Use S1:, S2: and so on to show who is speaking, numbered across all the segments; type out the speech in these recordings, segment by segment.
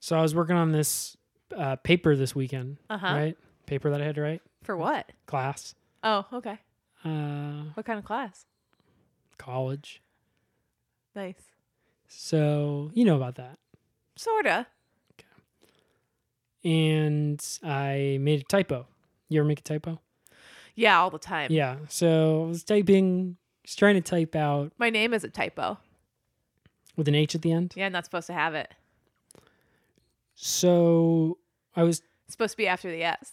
S1: So I was working on this uh, paper this weekend,
S2: Uh-huh.
S1: right? Paper that I had to write,
S2: For what?
S1: class,
S2: Oh, okay.
S1: uh,
S2: What kind of class?
S1: college.
S2: Nice.
S1: So you know about that.
S2: Sorta.
S1: And I made a typo. You ever make a typo?
S2: Yeah, all the time.
S1: Yeah. So I was typing, just trying to type out
S2: My name is a typo.
S1: with an H at the end.
S2: Yeah, I'm not supposed to have it.
S1: So I was
S2: It's supposed to be after the S.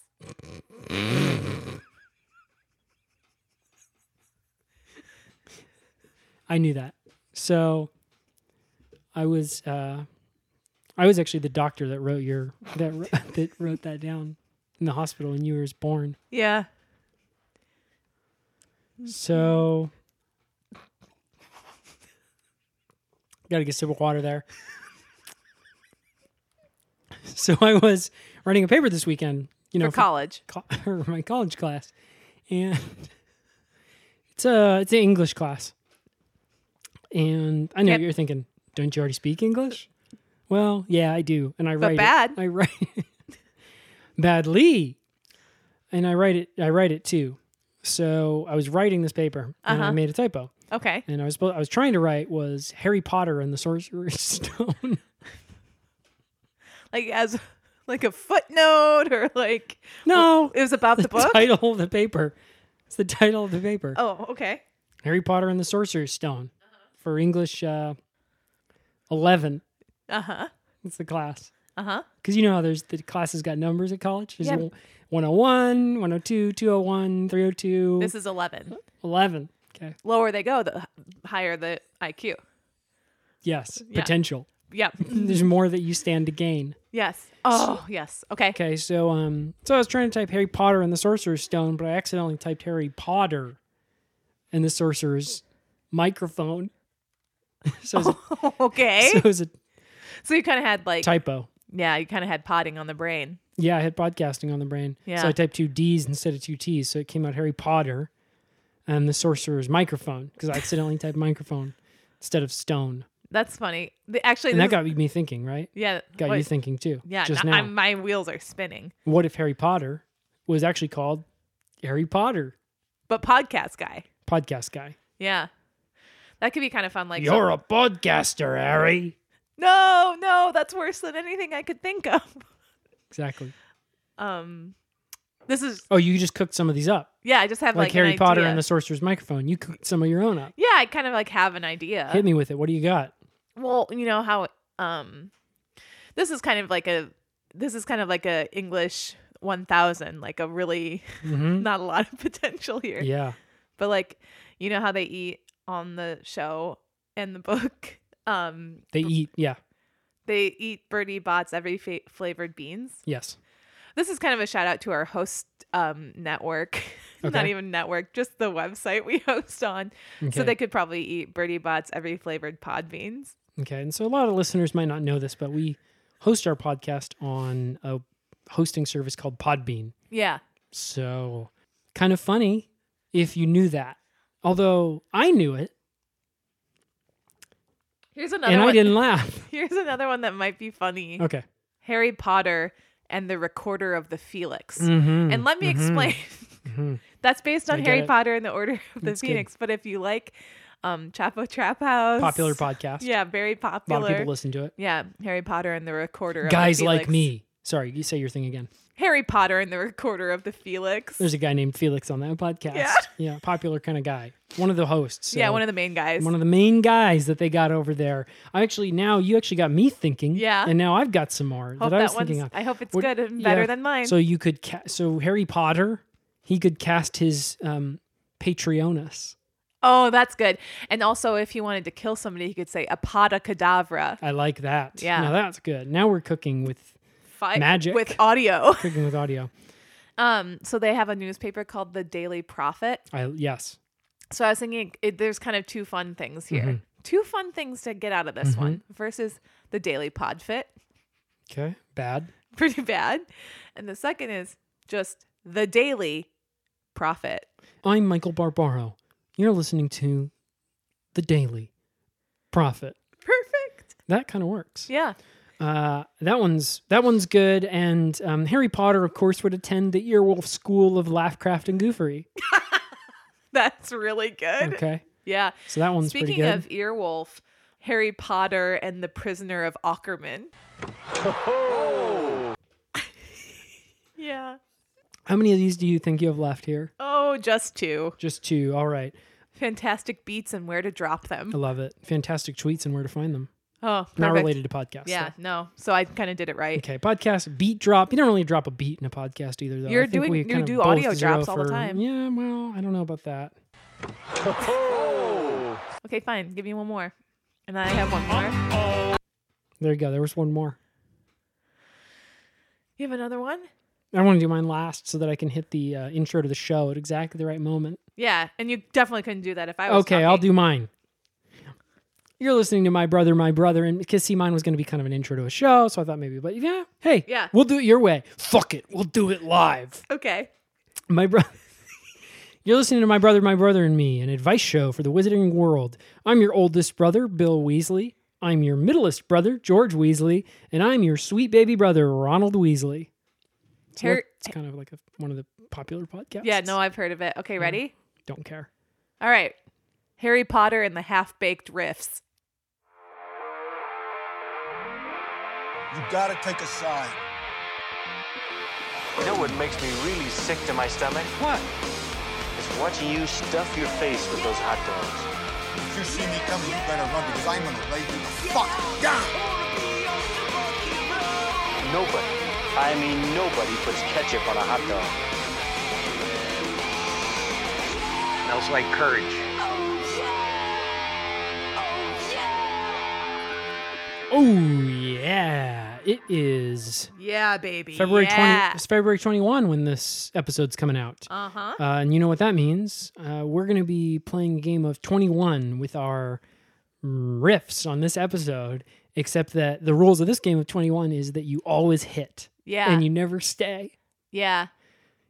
S1: I knew that. So I was uh, I was actually the doctor that wrote your that wr- that wrote that down in the hospital when you were born.
S2: Yeah.
S1: So got to get a sip of water there. So I was running a paper this weekend, you know,
S2: For college.
S1: co- or my college class, and it's a it's an English class. And I know
S2: Yep.
S1: what you're thinking, don't you already speak English? Well, yeah, I do, and I write
S2: But bad.
S1: It. I write badly, and I write it. I write it too. So I was writing this paper, and I
S2: Uh-huh.
S1: made a typo,
S2: Okay.
S1: and I was supposed, I was trying to write was Harry Potter and the Sorcerer's Stone.
S2: Like as like a footnote or like
S1: no,
S2: it was about the book.
S1: title of the paper. It's the title of the paper.
S2: Oh, okay.
S1: Harry Potter and the Sorcerer's Stone for English uh, 11.
S2: Uh-huh.
S1: It's the class.
S2: Uh-huh.
S1: Because you know how there's the classes got numbers at college. There's oh
S2: Yeah.
S1: a 101, 102, 201, 302,
S2: This is 11.
S1: 11. oh Okay.
S2: Lower they go, the higher the IQ.
S1: Yes.
S2: Yeah.
S1: Potential.
S2: Yep.
S1: There's more that you stand to gain.
S2: Yes. Oh, yes. Okay.
S1: Okay. So um, so I was trying to type Harry Potter and the Sorcerer's Stone, but I accidentally typed Harry Potter and the Sorcerer's microphone. so, it was
S2: Oh,
S1: a,
S2: okay.
S1: so it was a
S2: So you kind of had like,
S1: typo.
S2: yeah, you kind of had potting on the brain.
S1: Yeah, I had podcasting on the brain.
S2: Yeah.
S1: So I typed two D's instead of two T's. So it came out Harry Potter and the sorcerer's microphone because I accidentally typed microphone instead of stone.
S2: That's funny. The- Actually,
S1: And that
S2: this
S1: got me thinking, right?
S2: is- yeah,
S1: Got
S2: what-
S1: you thinking too.
S2: yeah.
S1: Just
S2: no-
S1: now.
S2: I'm, my wheels are spinning.
S1: What if Harry Potter was actually called Harry Potter
S2: But podcast guy,
S1: podcast guy?
S2: yeah, that could be kind of fun. Like, so-
S1: You're a podcaster, Harry.
S2: no, no, that's worse than anything I could think of.
S1: Exactly.
S2: Um, this is
S1: Oh, you just cooked some of these up.
S2: yeah. I just have
S1: Like,
S2: like,
S1: Harry
S2: an
S1: Potter
S2: idea.
S1: and the sorcerer's microphone. You cooked some of your own up.
S2: yeah. I kind of like have an idea.
S1: Hit me with it. What do you got?
S2: well you know how um this is kind of like a this is kind of like a english 1000 like a really
S1: Mhm.
S2: not a lot of potential here
S1: Yeah.
S2: but like you know how they eat on the show and the book um
S1: They eat. Yeah.
S2: they eat birdie bots every fa- flavored beans
S1: Yes.
S2: this is kind of a shout out to our host um network not
S1: Okay.
S2: even network just the website we host on
S1: Okay.
S2: so they could probably eat birdie bots every flavored pod beans
S1: Okay, and so a lot of listeners might not know this, but we host our podcast on a hosting service called Podbean.
S2: yeah
S1: So, kind of funny if you knew that. Although I knew it
S2: here's another
S1: and
S2: one
S1: I didn't Oh. laugh.
S2: Here's another one that might be funny.
S1: Okay.
S2: Harry Potter and the Recorder of the Felix.
S1: Mhm,
S2: And let me
S1: mhm,
S2: explain.
S1: mhm.
S2: That's based on
S1: I get
S2: Harry
S1: it.
S2: Potter and the Order of the
S1: That's good.
S2: Phoenix. But if you like um Chapo Trap House.
S1: Popular podcast.
S2: Yeah, very
S1: A lot of
S2: popular.
S1: people listen to it.
S2: yeah, Harry Potter and the Recorder
S1: Guys
S2: of the
S1: like
S2: Felix.
S1: me. Sorry, you say your thing again.
S2: Harry Potter and the Recorder of the Felix.
S1: There's a guy named Felix on that podcast.
S2: Yeah.
S1: Yeah, popular kind of guy. One of the hosts.
S2: yeah, one of the main guys.
S1: one of the main guys that they got over there. I actually now you actually got me thinking.
S2: Yeah.
S1: And now I've got some more
S2: hope
S1: that I
S2: that
S1: was
S2: one's,
S1: thinking of.
S2: I hope it's
S1: What-
S2: good and
S1: yeah,
S2: better than mine.
S1: So you could ca- so Harry Potter, he could cast his um Patreonus.
S2: oh, that's good. And also, if he wanted to kill somebody, he could say Apada Cadavra.
S1: I like that.
S2: Yeah.
S1: Now that's good. Now we're cooking with
S2: Fi-
S1: Magic.
S2: With audio.
S1: cooking with audio.
S2: Um, so they have a newspaper called the Daily Prophet.
S1: I yes.
S2: So I was thinking it, there's kind of two fun things here.
S1: Mm-hmm.
S2: Two fun things to get out of this one versus the Daily Podfit.
S1: Okay. Bad.
S2: Pretty bad. And the second is just the Daily Prophet.
S1: I'm Michael Barbaro. You're listening to The Daily Prophet.
S2: Perfect.
S1: That kind of works.
S2: Yeah.
S1: Uh, that one's that one's good, and um, Harry Potter, of course, would attend the Earwolf School of Laughcraft and Goofery.
S2: That's really good.
S1: Okay,
S2: Yeah.
S1: so that one's pretty
S2: Speaking
S1: good.
S2: of Earwolf, Harry Potter and the Prisoner of Ackerman. Oh. yeah.
S1: How many of these do you think you have left here?
S2: Oh, just two.
S1: Just two. All right,
S2: Fantastic beats and where to drop them.
S1: I love it. Fantastic tweets and where to find them.
S2: Oh, perfect.
S1: Oh, Not related to podcasts.
S2: Yeah,
S1: though.
S2: no. So I kind of did it right.
S1: Okay, podcast beat drop. You don't really drop a beat in a podcast either, though. I
S2: You're
S1: think
S2: doing-
S1: we
S2: you
S1: kind of
S2: do
S1: both
S2: audio
S1: zero
S2: drops all the
S1: for-
S2: time.
S1: Yeah, well, I don't know about that.
S2: Okay, fine. Give me one more. And I have one more.
S1: There you go. There was one more.
S2: You have another one?
S1: I want to do mine last so that I can hit the uh, intro to the show at exactly the right moment.
S2: Yeah, and you definitely couldn't do that if I was
S1: Okay, I'll
S2: talking.
S1: do mine. You're listening to my brother, my brother, and because see, mine was going to be kind of an intro to a show, so I thought maybe, but yeah, hey,
S2: Yeah.
S1: we'll do it your way. Fuck it, we'll do it live.
S2: Okay.
S1: My brother. You're listening to my brother, my brother, and me, an advice show for the wizarding world. I'm your oldest brother, Bill Weasley. I'm your middlest brother, George Weasley, and I'm your sweet baby brother, Ronald Weasley. So
S2: Harry-
S1: it's kind of like a, one of the popular podcasts.
S2: Yeah, no, I've heard of it. Okay, ready?
S1: don't care.
S2: All right. Harry Potter and the Half Baked Riffs.
S3: You gotta take a side.
S4: You know what makes me really sick to my stomach? What? It's watching you stuff your face with those hot dogs.
S3: If you see me coming, you better run because I'm gonna lay you the fuck down.
S4: Nobody, I mean nobody, puts ketchup on a hot dog. Smells like courage.
S1: Oh yeah, it is
S2: Yeah, baby.
S1: February
S2: yeah.
S1: twenty. It's February twenty one when this episode's coming out,
S2: Uh huh.
S1: uh, and you know what that means. Uh, we're going to be playing a game of twenty one with our riffs on this episode. Except that the rules of this game of twenty one is that you always hit
S2: Yeah.
S1: and you never stay
S2: yeah.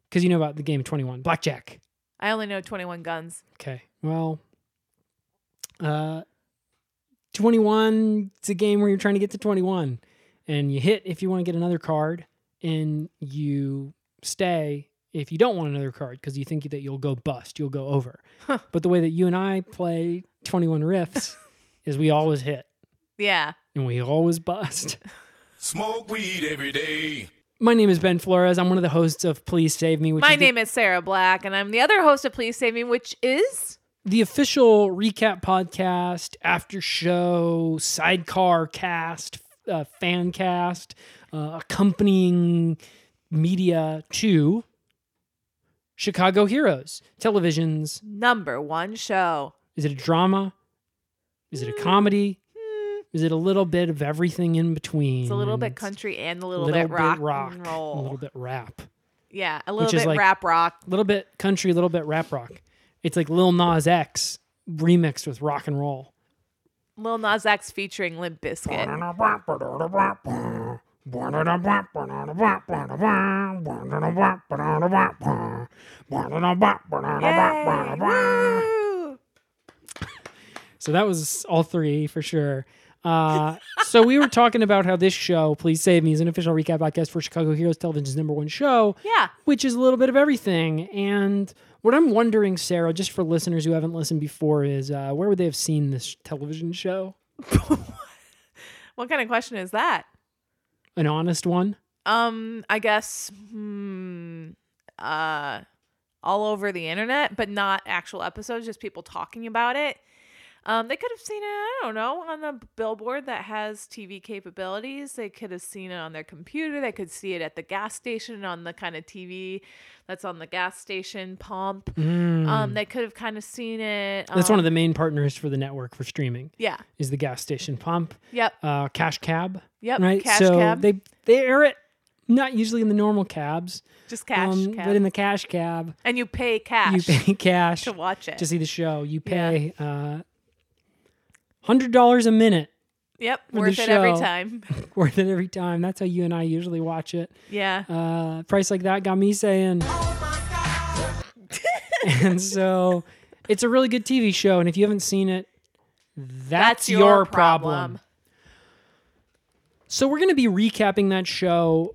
S1: because you know about the game twenty one blackjack.
S2: I only know 21 guns.
S1: Okay. Well, uh, 21, it's a game where you're trying to get to 21 and you hit if you want to get another card and you stay if you don't want another card because you think that you'll go bust, you'll go over. But the way that you and I play 21 riffs is we always hit
S2: Yeah.
S1: and we always bust.
S5: Smoke weed every day.
S1: My name is Ben Flores. I'm one of the hosts of Please Save Me, which
S2: My
S1: is the-
S2: name is Sarah Black, and I'm the other host of Please Save Me, which is.
S1: the official recap podcast, after show, sidecar cast, uh, fan cast, uh, accompanying media to Chicago Heroes, television's.
S2: Number one show.
S1: Is it a drama? Is it a
S2: Hmm.
S1: comedy? Is it a little bit of everything in between?
S2: It's a little
S1: And
S2: bit
S1: it's
S2: country and
S1: a
S2: a little,
S1: little,
S2: bit rock, and
S1: a
S2: roll.
S1: little bit rap,
S2: yeah, a little
S1: Which is
S2: bit
S1: like-
S2: rap rock.
S1: a little bit country, a little bit rap rock. It's like Lil Nas X remixed with rock and roll.
S2: Lil Nas X featuring Limp Bizkit. Yay! Woo!
S1: So that was all three for sure. Uh, so we were talking about how this show, Please Save Me, is an official recap podcast for Chicago Heroes Television's number one show,
S2: Yeah.
S1: which is a little bit of everything. And what I'm wondering, Sarah, just for listeners who haven't listened before, is uh, where would they have seen this television show?
S2: What kind of question is that?
S1: An honest one?
S2: Um, I guess hmm, uh all over the internet, but not actual episodes, just people talking about it. Um, they could have seen it, I don't know, on the billboard that has TV capabilities. They could have seen it on their computer. They could see it at the gas station on the kind of TV that's on the gas station pump. Um, they could have kind of seen it.
S1: Hmm.
S2: um,
S1: That's one of the main partners for the network for streaming.
S2: yeah.
S1: Is the gas station pump?
S2: Yep.
S1: uh, cash cab.
S2: Yep,
S1: Right.
S2: cash
S1: so
S2: cab.
S1: they they air it not usually in the normal cabs,
S2: Just cash.
S1: um,
S2: cash.
S1: but in the cash cab,
S2: and you pay cash
S1: you pay cash
S2: to watch it.
S1: to see the show. You pay uh, hundred dollars a minute
S2: yep.
S1: the
S2: Worth it every
S1: show.
S2: time.
S1: worth it every time. That's how you and I usually watch it.
S2: Yeah.
S1: Uh, price like that got me saying. and so it's a really good TV show, and if you haven't seen it, that's, your problem. So we're going to be recapping that show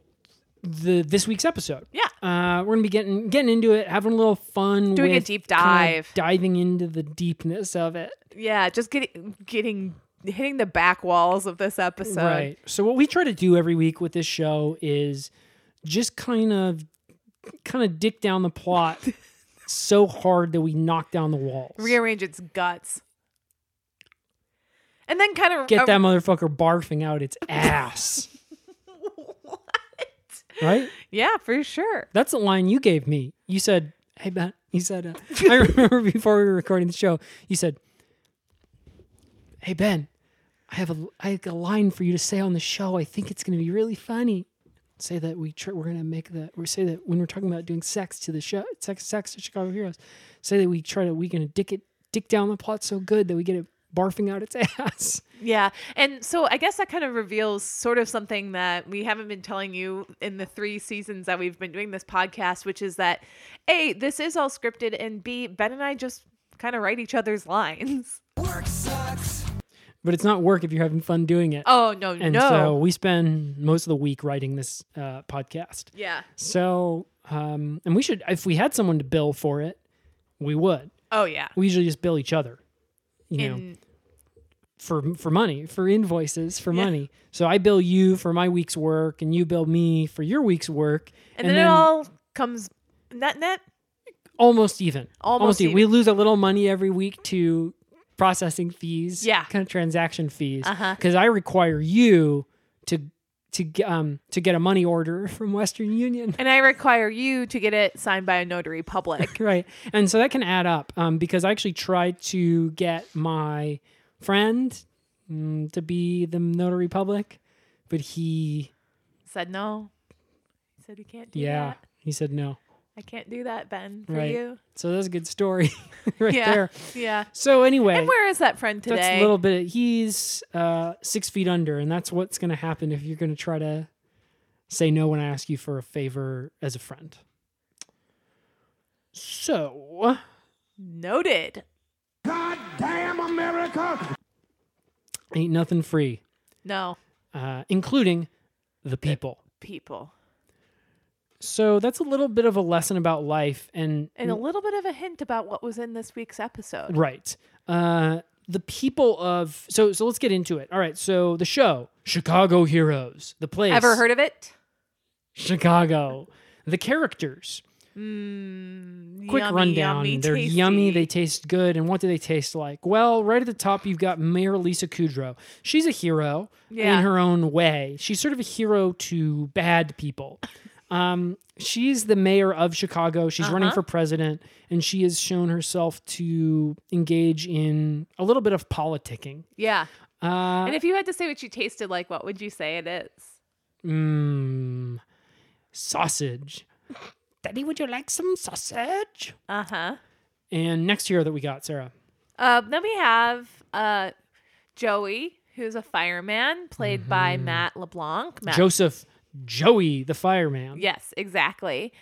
S1: the this week's episode.
S2: Yeah.
S1: Uh, we're going to be getting getting into it, having a little fun
S2: Doing a
S1: with
S2: deep
S1: kind of
S2: dive.
S1: diving into the deepness of it.
S2: Yeah, just getting getting hitting the back walls of this episode.
S1: Right. So what we try to do every week with this show is just kind of kind of dick down the plot so hard that we knock down the walls.
S2: Rearrange its guts. And then kind of um,
S1: Get that motherfucker barfing out its ass. Right?
S2: Yeah, for sure.
S1: That's the line you gave me. You said, "Hey Matt," you said. Uh, I remember before we were recording the show, you said, "Hey Ben, I have a I have a line for you to say on the show. I think it's going to be really funny. Say that we tr- we're going to make that we say that when we're talking about doing sex to the show, sex sex to Chicago Heroes. Say that we try to we're going to dick it dick down the plot so good that we get it barfing out its ass.
S2: Yeah. And so I guess that kind of reveals sort of something that we haven't been telling you in the three seasons that we've been doing this podcast, which is that A, this is all scripted, and B, Ben and I just kind of write each other's lines.
S1: But it's not work if you're having fun doing it.
S2: Oh, no,
S1: and
S2: no.
S1: so we spend most of the week writing this uh, podcast.
S2: yeah.
S1: So, um, and we should, if we had someone to bill for it, we would.
S2: Oh, yeah.
S1: We usually just bill each other, you know,
S2: And-
S1: for for money, for invoices, for money. So I bill you for my week's work, and you bill me for your week's work,
S2: and, then, it all comes net net.
S1: almost even.
S2: Almost even.
S1: We lose a little money every week to processing fees,
S2: Yeah.
S1: kind of transaction fees,
S2: Uh-huh.
S1: because I require you to to g- um to get a money order from Western Union.
S2: And I require you to get it signed by a notary public.
S1: right and so that can add up um, because i actually tried to get my friend mm, to be the notary public but he
S2: said no. He said you can't do
S1: yeah
S2: that.
S1: he said no
S2: I can't do that, Ben, for
S1: right
S2: you.
S1: so that's a good story right
S2: yeah.
S1: there
S2: Yeah.
S1: so anyway
S2: And where is that friend today?
S1: that's a little bit he's uh, six feet under and that's what's going to happen if you're going to try to say no when i ask you for a favor as a friend so
S2: Noted.
S1: ain't nothing free
S2: No,
S1: uh, including the people
S2: people.
S1: So that's a little bit of a lesson about life and,
S2: And a little bit of a hint about what was in this week's episode.
S1: right. Uh the people of so so let's get into it. All right, so the show, Chicago Heroes, the place
S2: Ever heard of it?
S1: Chicago. The characters. Quick
S2: Yummy,
S1: rundown.
S2: yummy,
S1: They're
S2: tasty.
S1: yummy, they taste good, and what do they taste like? Well, right at the top you've got Mayor Lisa Kudrow. She's a hero
S2: Yeah.
S1: in her own way. She's sort of a hero to bad people. Um, she's the mayor of Chicago. She's running for president, and she has shown herself to engage in a little bit of politicking.
S2: Yeah.
S1: Uh,
S2: and if you had to say what you tasted like, what would you say it is?
S1: mm, sausage. Daddy, would you like some sausage?
S2: Uh huh.
S1: And next hero that we got, Sarah.
S2: Um, then we have uh, Joey, who's a fireman, played by Matt LeBlanc. Matt-
S1: Mm-hmm. Joseph Joey, the fireman.
S2: Yes, exactly.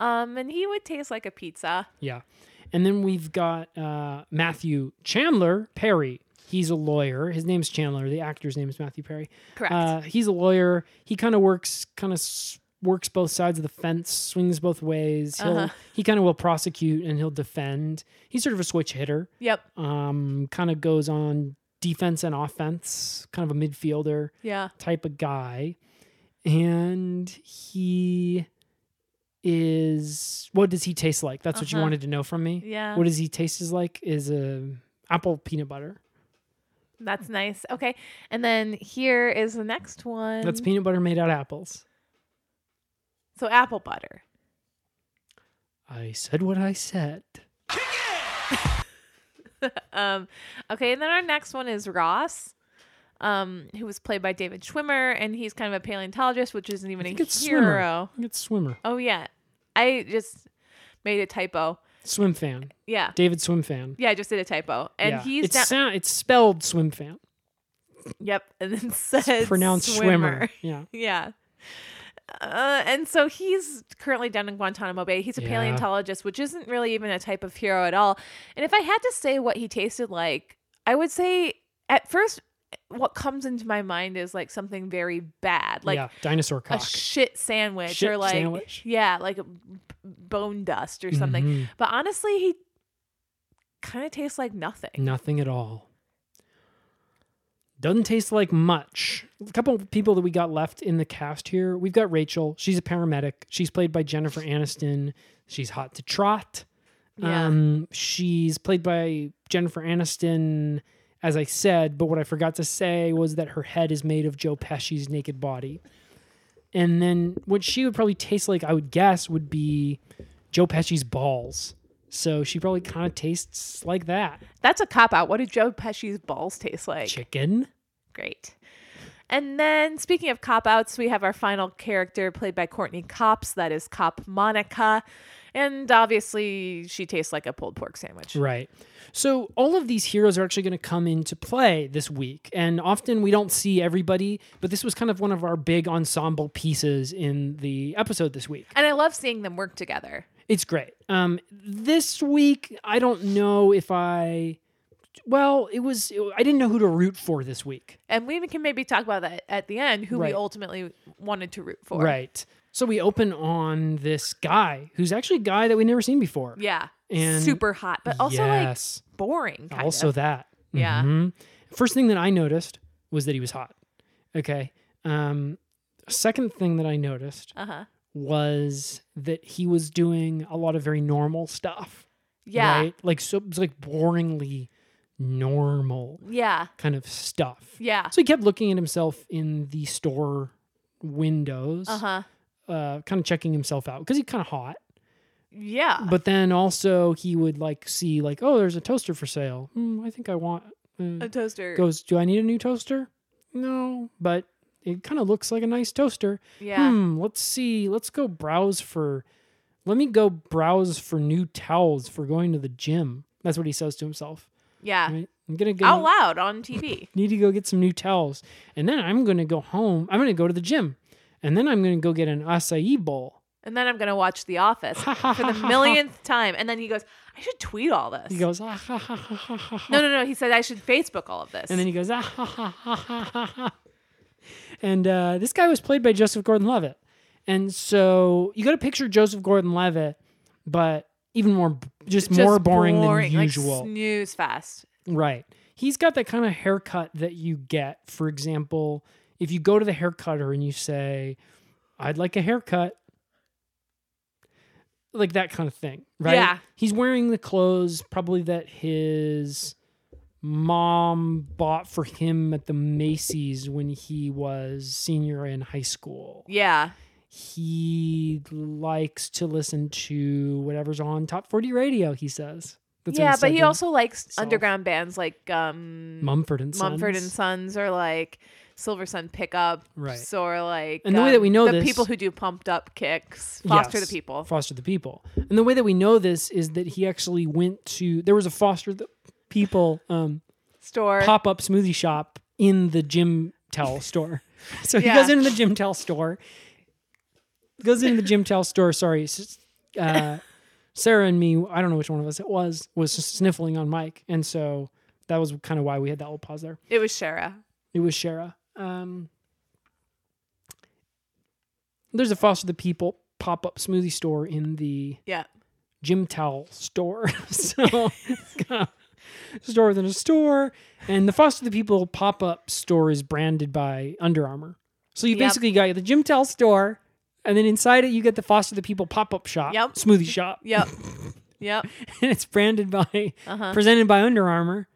S2: Um, and he would taste like a pizza.
S1: Yeah. And then we've got uh, Matthew Chandler Perry. He's a lawyer. His name's Chandler. The actor's name is Matthew Perry.
S2: Correct.
S1: Uh, he's a lawyer. He kind of works, kind of s- works both sides of the fence, swings both ways. He'll,
S2: Uh-huh.
S1: He kind of will prosecute and he'll defend. He's sort of a switch hitter.
S2: Yep.
S1: Um, kind of goes on defense and offense. Kind of a midfielder
S2: Yeah.
S1: type of guy and he is what does he taste like that's what you
S2: Uh-huh.
S1: wanted to know from me
S2: Yeah.
S1: what does he taste is like is a apple peanut butter
S2: That's nice. Okay. And then here is the next one.
S1: that's peanut butter made out of apples
S2: So apple butter.
S1: i said what i said
S2: Um, okay, and then our next one is Ross, um, who was played by David Schwimmer, and he's kind of a paleontologist, which isn't even
S1: i
S2: a
S1: think it's
S2: hero.
S1: swimmer i think it's swimmer
S2: Oh yeah, I just made a typo.
S1: swim fan
S2: Yeah,
S1: david swim fan
S2: yeah, I just did a typo, and
S1: Yeah.
S2: he's
S1: it's
S2: down-
S1: sound, it's spelled swim fan
S2: yep, and then says
S1: pronounced swimmer,
S2: swimmer.
S1: yeah
S2: yeah. Uh, and so he's currently down in Guantanamo Bay. He's a
S1: Yeah.
S2: paleontologist, which isn't really even a type of hero at all. And if I had to say what he tasted like, I would say at first what comes into my mind is like something very bad, like
S1: yeah, dinosaur
S2: a
S1: cock.
S2: shit sandwich
S1: Shit
S2: or like
S1: sandwich?
S2: yeah, like a b- bone dust or something.
S1: Mhm.
S2: But honestly, he kind of tastes like nothing.
S1: Nothing at all. Doesn't taste like much. A couple of people that we got left in the cast here. We've got Rachel. She's a paramedic. She's played by Jennifer Aniston. She's hot to trot.
S2: Yeah.
S1: Um, she's played by Jennifer Aniston, as I said, but what I forgot to say was that her head is made of Joe Pesci's naked body. And then what she would probably taste like, I would guess, would be Joe Pesci's balls. So she probably kind of tastes like that.
S2: That's a cop out. What do Joe Pesci's balls taste like?
S1: Chicken.
S2: Great. And then, speaking of cop outs, we have our final character played by Courtney Cops. That is Cop Monica. And obviously, she tastes like a pulled pork sandwich.
S1: Right. So all of these heroes are actually going to come into play this week. And often we don't see everybody, but this was kind of one of our big ensemble pieces in the episode this week.
S2: And I love seeing them work together.
S1: It's great. Um, this week, I don't know if I. Well, it was. I didn't know who to root for this week.
S2: And we can maybe talk about that at the end, who
S1: Right.
S2: we ultimately wanted to root for.
S1: Right. So we open on this guy who's actually a guy that we've never seen before.
S2: Yeah.
S1: And-
S2: Super hot, but also
S1: yes.
S2: like boring. Kind
S1: also
S2: of.
S1: that.
S2: Yeah.
S1: Mhm. First thing that I noticed was that he was hot. Okay. Um, second thing that I noticed
S2: Uh huh.
S1: was that he was doing a lot of very normal stuff.
S2: Yeah.
S1: Right? Like so, it was like boringly normal
S2: Yeah.
S1: kind of stuff.
S2: Yeah.
S1: So he kept looking at himself in the store windows,
S2: Uh
S1: uh
S2: huh.
S1: kind of checking himself out because he's kind of hot.
S2: Yeah.
S1: But then also he would like see like, oh, there's a toaster for sale. Hmm, I think I want. uh,
S2: A toaster.
S1: goes, do I need a new toaster? No, but it kind of looks like a nice toaster.
S2: yeah.
S1: Hmm, let's see. Let's go browse for. Let me go browse for new towels for going to the gym. That's what he says to himself.
S2: Yeah.
S1: Right? I'm gonna go
S2: Out loud on TV.
S1: need to go get some new towels. And then I'm going to go home. I'm going to go to the gym. And then I'm going to go get an acai bowl.
S2: And then I'm going to watch The Office for the millionth time. And then he goes, I should tweet all this.
S1: He goes, ah, ha, ha, ha, ha, ha. ha."
S2: no, no, no. He said, I should Facebook all of this.
S1: And then he goes, ah, ha, ha, ha, ha, ha, ha. And uh, this guy was played by Joseph Gordon Levitt. And so you got to picture Joseph Gordon Levitt, but even more, just,
S2: Just
S1: more boring, than
S2: like
S1: usual.
S2: snooze fast.
S1: Right. He's got that kind of haircut that you get, for example, if you go to the haircutter and you say, I'd like a haircut, like that kind of thing, right?
S2: Yeah.
S1: He's wearing the clothes probably that his mom bought for him at the Macy's when he was senior in high school.
S2: Yeah.
S1: He likes to listen to whatever's on top 40 radio, he says. what
S2: yeah, but
S1: said
S2: he
S1: to me.
S2: also likes
S1: Solve.
S2: underground bands like um,
S1: Mumford and Sons.
S2: Mumford and Sons or like Silver Sun Pickup.
S1: Right.
S2: Or like um,
S1: And the way that we know
S2: the
S1: this-
S2: people who do pumped up kicks, foster
S1: Yes,
S2: the people.
S1: Foster the people. And the way that we know this is that he actually went to there was a Foster the People um,
S2: Store.
S1: pop up smoothie shop in the gym towel store. So he
S2: Yeah.
S1: goes into the gym towel store. Goes into the gym towel store. Sorry, s- uh, Sarah and me. I don't know which one of us it was. Was sniffling on Mike, and so that was kind of why we had that little pause there.
S2: It was Shara.
S1: It was Shara. Um, there's a Foster the People pop up smoothie store in the
S2: Yeah.
S1: gym towel store. so, store within a store. And the Foster the People pop up store is branded by Under Armour. So, you
S2: Yep.
S1: basically got the gym towel store, and then inside it, you get the Foster the People pop up shop,
S2: Yep.
S1: smoothie shop.
S2: Yep. yep.
S1: And it's branded by,
S2: Uh-huh.
S1: presented by Under Armour.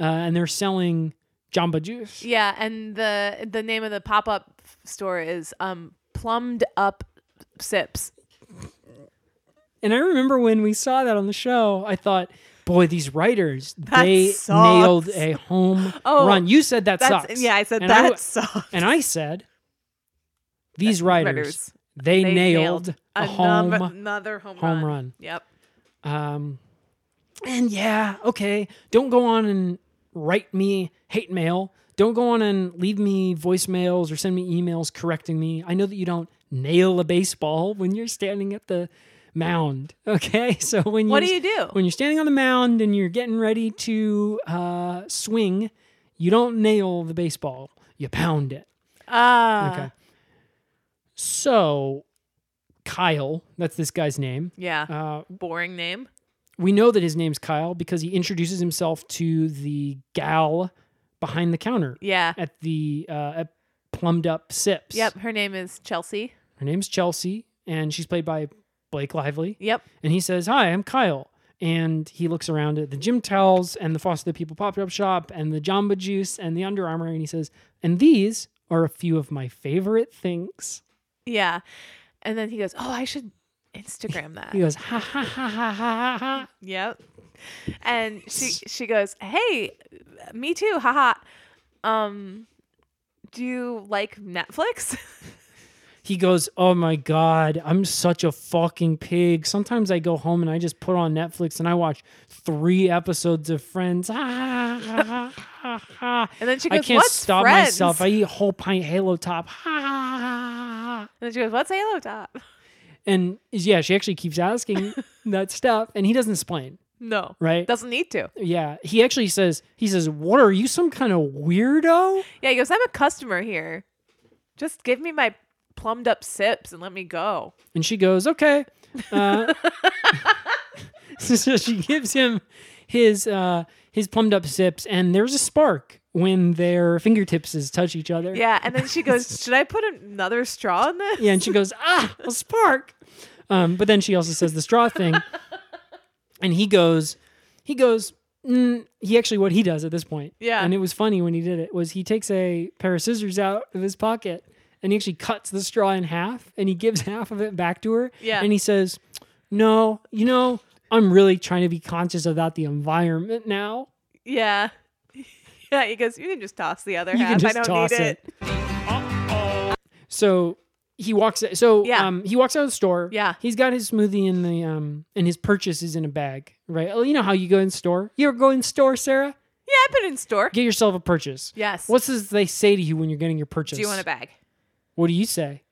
S1: Uh, and they're selling Jamba Juice.
S2: Yeah, and the the name of the pop up store is um plumbed up sips.
S1: And I remember when we saw that on the show, I thought, boy, these writers,
S2: That
S1: they
S2: sucks.
S1: nailed a home
S2: Oh,
S1: run. You said that
S2: That's
S1: sucks.
S2: yeah, I said
S1: And
S2: that
S1: w-
S2: sucks.
S1: and I said, these writers,
S2: writers,
S1: they,
S2: They
S1: nailed, a home.
S2: another, another home,
S1: home
S2: run.
S1: run.
S2: Yep.
S1: Um, and yeah, okay, don't go on and write me hate mail. Don't go on and leave me voicemails or send me emails correcting me. I know that you don't nail a baseball when you're standing at the mound. Okay, so when
S2: What
S1: you
S2: do you do?
S1: when you're standing on the mound and you're getting ready to uh, swing, You don't nail the baseball, you pound it.
S2: Ah.
S1: Okay. So, Kyle, that's this guy's name.
S2: Yeah.
S1: Uh,
S2: Boring name.
S1: we know that his name's Kyle because he introduces himself to the gal behind the counter
S2: Yeah.
S1: at the uh, at Plumbed Up Sips.
S2: Yep. Her name is Chelsea.
S1: Her name's Chelsea, and she's played by Blake Lively.
S2: Yep.
S1: And he says, "Hi, I'm Kyle." And he looks around at the gym towels and the Foster the People pop-up shop and the Jamba Juice and the Under Armour, and he says, "And these are a few of my favorite things."
S2: Yeah. And then he goes, Oh, I should Instagram that.
S1: He goes, "Ha ha ha ha ha ha." ha.
S2: Yep. And she she goes, "Hey, me too. Haha. Um do you like Netflix?"
S1: he goes, Oh my God, I'm such a fucking pig. Sometimes I go home and I just put on Netflix and I watch three episodes of Friends. Ah, ah, ah, ah.
S2: And then she
S1: I
S2: goes,
S1: can't
S2: "What's
S1: stop
S2: Friends?"
S1: myself. I eat whole pint Halo Top. Ah.
S2: and then she goes, "What's Halo Top?"
S1: And yeah, she actually keeps asking that stuff and he doesn't explain,
S2: No.
S1: right?
S2: Doesn't need to.
S1: yeah, he actually says, He says, What are you, some kind of weirdo?
S2: Yeah, he goes, "I'm a customer here. Just give me my plumbed up sips and let me go."
S1: And she goes, okay. Uh, so she gives him his uh, his plumbed up sips, and there's a spark when their fingertips is touch each other.
S2: Yeah, and then she goes, "Should I put another straw in this?"
S1: Yeah, and she goes, ah, a spark. Um, but then she also says the straw thing, and he goes, he goes. Mm, he actually what he does at this point.
S2: Yeah.
S1: And it was funny when he did it was he takes a pair of scissors out of his pocket and he actually cuts the straw in half and he gives half of it back to her.
S2: Yeah.
S1: And he says, "No, you know, I'm really trying to be conscious about the environment now.
S2: Yeah. Yeah, he goes, "You can just toss the other
S1: You
S2: half.
S1: can just
S2: I don't
S1: toss
S2: need
S1: it."
S2: it."
S1: So he walks. So
S2: Yeah.
S1: um, he walks out of the store.
S2: Yeah.
S1: he's got his smoothie in the um, and his purchase is in a bag, right? Oh, You know how you go in store. You ever go in store, Sarah?
S2: Yeah, I've been in store.
S1: Get yourself a purchase.
S2: Yes.
S1: What's this they say to you when you're getting your purchase?
S2: Do you want a bag?
S1: What do you say?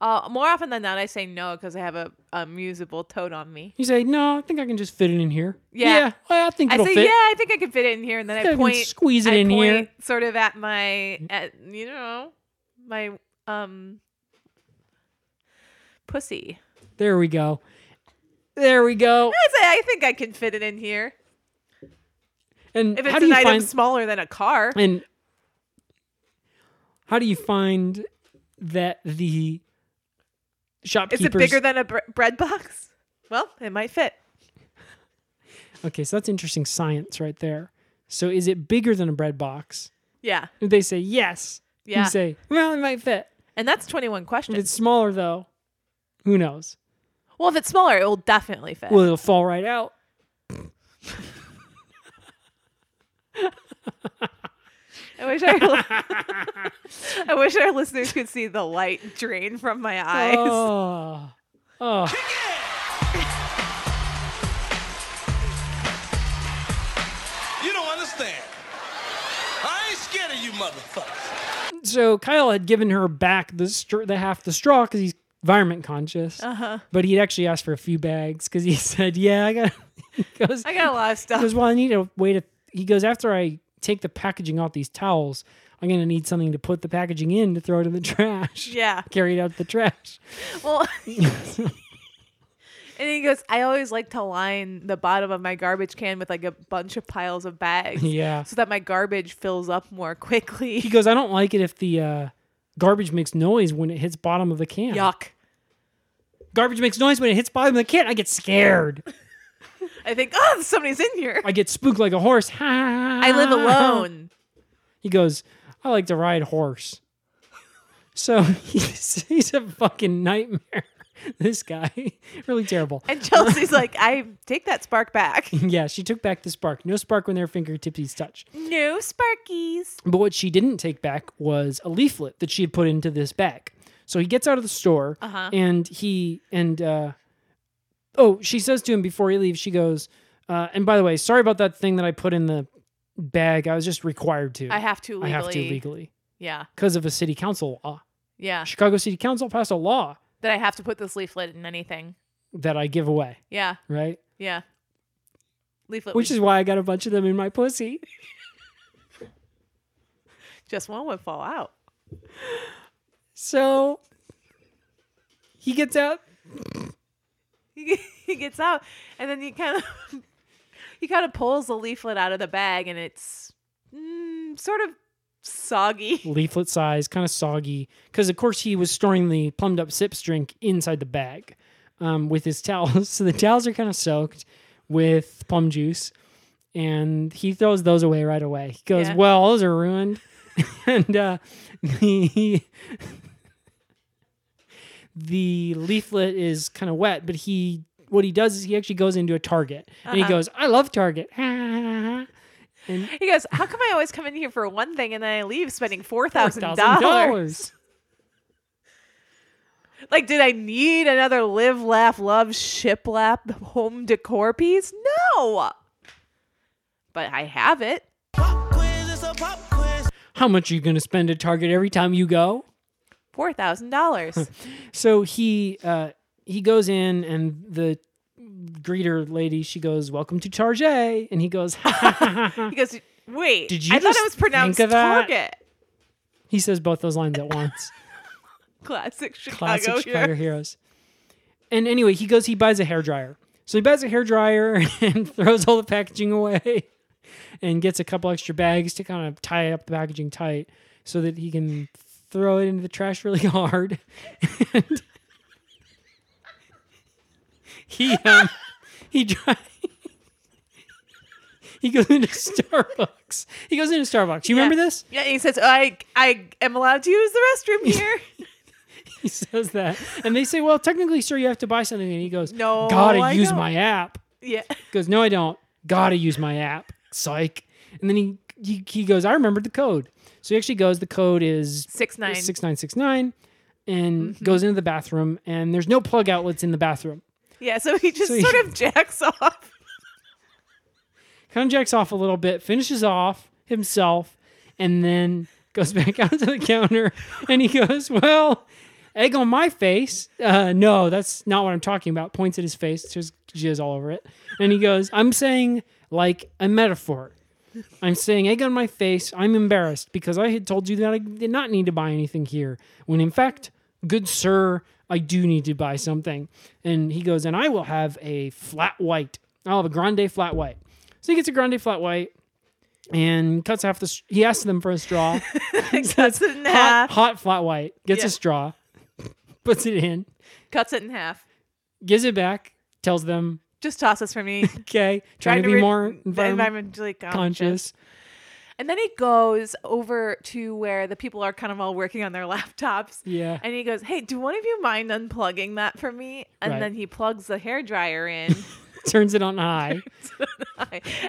S2: Uh, more often than not, I say no because I have a, a musable tote on me.
S1: You say, "No, I think I can just fit it in here."
S2: Yeah.
S1: well, I think
S2: I
S1: it'll
S2: say,
S1: fit.
S2: yeah, I think I can fit it in here, and then
S1: Yeah, I
S2: I
S1: can
S2: point,
S1: squeeze it
S2: I
S1: in here.
S2: point sort of at my, at you know, my um, pussy.
S1: There we go. There we go.
S2: I say, I think I can fit it in here.
S1: And
S2: If
S1: how
S2: it's
S1: do
S2: an
S1: you
S2: item
S1: find
S2: smaller than a car,
S1: and how do you find that the
S2: is
S1: shopkeepers
S2: it bigger than a bre- bread box? Well, it might fit.
S1: Okay, so that's interesting science right there. So is it bigger than a bread box?
S2: Yeah,
S1: If they say yes,
S2: Yeah.
S1: you say, well, it might fit.
S2: and that's twenty-one
S1: If
S2: questions.
S1: it's smaller though, who knows?
S2: well, if it's smaller, it will definitely fit.
S1: Well, it'll fall right out.
S2: I wish our I wish our listeners could see the light drain from my eyes.
S1: Oh, oh.
S5: You don't understand. I ain't scared of you motherfuckers.
S1: So Kyle had given her back the str- the half the straw because he's environment conscious. Uh-huh. But he'd actually asked for a few bags because he said, "Yeah, I got." he goes,
S2: I got a lot of
S1: He
S2: stuff.
S1: goes, well, I need a way to. He goes, after I take the packaging off these towels, I'm going to need something to put the packaging in to throw it in the trash.
S2: Yeah.
S1: Carry it out to the trash.
S2: Well, and he goes, I always like to line the bottom of my garbage can with like a bunch of piles of bags.
S1: Yeah.
S2: So that my garbage fills up more
S1: He
S2: quickly.
S1: goes, I don't like it if the uh, garbage makes noise when it hits bottom of the can.
S2: Yuck.
S1: Garbage makes noise when it hits bottom of the can. I get scared.
S2: I think, oh, somebody's in here.
S1: I get spooked like a horse. I
S2: I live alone.
S1: He goes, I like to ride horse. So he's, he's a fucking nightmare. This guy, really terrible.
S2: And Chelsea's like, I take that spark back.
S1: Yeah, she took back the spark. No spark when their fingertips touch.
S2: No sparkies.
S1: But what she didn't take back was a leaflet that she had put into this bag. So he gets out of the store
S2: Uh-huh.
S1: and he and uh oh, she says to him before he leaves, she goes, uh, and by the way, sorry about that thing that I put in the bag. I was just required to.
S2: I have to legally.
S1: I have to legally.
S2: Yeah.
S1: Because of a city council law.
S2: Yeah.
S1: Chicago City Council passed a law
S2: That I have to put this leaflet in anything.
S1: that I give away,
S2: Yeah.
S1: right?
S2: Yeah. Leaflet.
S1: Which
S2: was-
S1: is why I got a bunch of them in my pussy.
S2: Just one would fall out.
S1: So he gets out.
S2: He get- he gets out, and then he kind of he kind of pulls the leaflet out of the bag, and it's mm, sort of soggy.
S1: leaflet size, kind of soggy. Because of course he was storing the plumbed up sips drink inside the bag um, with his towels, so the towels are kind of soaked with plum juice, and he throws those away right away. He goes,
S2: Yeah.
S1: "Well, those are ruined," and uh, he. The leaflet is kind of wet, but he what he does is he actually goes into a Target and
S2: Uh-huh.
S1: he goes, "I love Target."
S2: He goes, "How come I always come in here for one thing, and then I leave spending four thousand dollars?
S1: $1,000.
S2: Like, did I need another live, laugh, love, shiplap home decor piece? No, but I have it.
S1: How much are you going to spend at Target every time you go?
S2: Four thousand dollars.
S1: So he uh, he goes in, and the greeter lady she goes, "Welcome to Target," and he goes,
S2: He goes, "Wait,
S1: Did you
S2: I thought
S1: just
S2: it was
S1: think
S2: pronounced
S1: of that?
S2: Target."
S1: he says both those lines at once.
S2: Classic Chicago.
S1: Classic
S2: here.
S1: Chicago heroes. And anyway, he goes, he buys a hair dryer. So he buys a hair dryer and throws all the packaging away, and gets a couple extra bags to kind of tie up the packaging tight so that he can throw it into the trash really hard. and he um, he drives. He goes into Starbucks. He goes into Starbucks. You remember
S2: Yeah.
S1: this?
S2: Yeah, he says, "I I am allowed to use the restroom here."
S1: he says that, and they say, "Well, technically, sir, you have to buy something." And he goes,
S2: No,
S1: gotta
S2: I
S1: use
S2: don't."
S1: my app."
S2: yeah,
S1: He goes, "No, I don't. Gotta use my app." Psych. And then he he, he goes, "I remembered the code." So he actually goes. The code is
S2: six nine. Mm-hmm.
S1: six nine six nine, and goes into the bathroom. And there's no plug outlets in the bathroom.
S2: Yeah, so he just
S1: So he-
S2: sort of jacks off.
S1: Kind of jacks off a little bit, finishes off himself, and then goes back out to the counter. And he goes, "Well." egg on my face. Uh, no, that's not what I'm talking about. Points at his face. There's jizz all over it. And he goes, I'm saying like a metaphor. I'm saying egg on my face. I'm embarrassed because I had told you that I did not need to buy anything here. When in fact, good sir, I do need to buy something. And he goes, and I will have a flat white. I'll have a grande flat white. So he gets a grande flat white and cuts half the. s- He asks them for a straw.
S2: cuts it in
S1: hot,
S2: half.
S1: hot flat white. Gets
S2: Yeah.
S1: a straw puts it in,
S2: Cuts it in half.
S1: gives it back, tells them,
S2: Just tosses for me.
S1: okay, trying, to, be
S2: re-
S1: more environment
S2: environmentally conscious.
S1: conscious.
S2: And then he goes over to where the people are kind of all working on their laptops.
S1: Yeah.
S2: And he goes, "Hey, do one of you mind unplugging that for me?" And
S1: Right.
S2: then he plugs the hair dryer in,
S1: Turns it on high.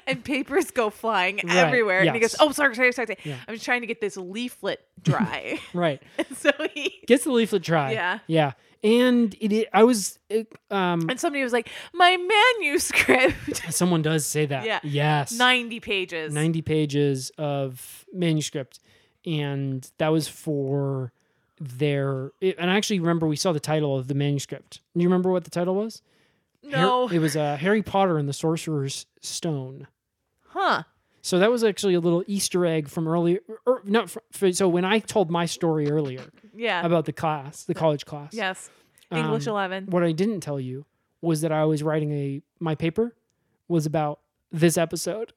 S2: and papers go flying
S1: Right,
S2: everywhere. And he
S1: yes.
S2: goes, "Oh, sorry, sorry, sorry. sorry.
S1: Yeah.
S2: I'm just trying to get this leaflet dry."
S1: right.
S2: so he
S1: Gets the leaflet tried.
S2: Yeah.
S1: Yeah. And it, it I was it, um
S2: and somebody was like, "My manuscript,
S1: someone does say that.
S2: Yeah.
S1: Yes.
S2: ninety pages."
S1: 90 pages of manuscript and that was for their it, and I actually remember we saw the title of the manuscript. Do you remember what the title was? Har-
S2: no,
S1: it was uh, Harry Potter and the Sorcerer's Stone.
S2: huh?
S1: So that was actually a little Easter egg from earlier. Er, not fr fr- so when I told my story earlier
S2: Yeah.
S1: about the class, the college class.
S2: yes. English
S1: um,
S2: eleven.
S1: What I didn't tell you was that I was writing a my paper was about this episode.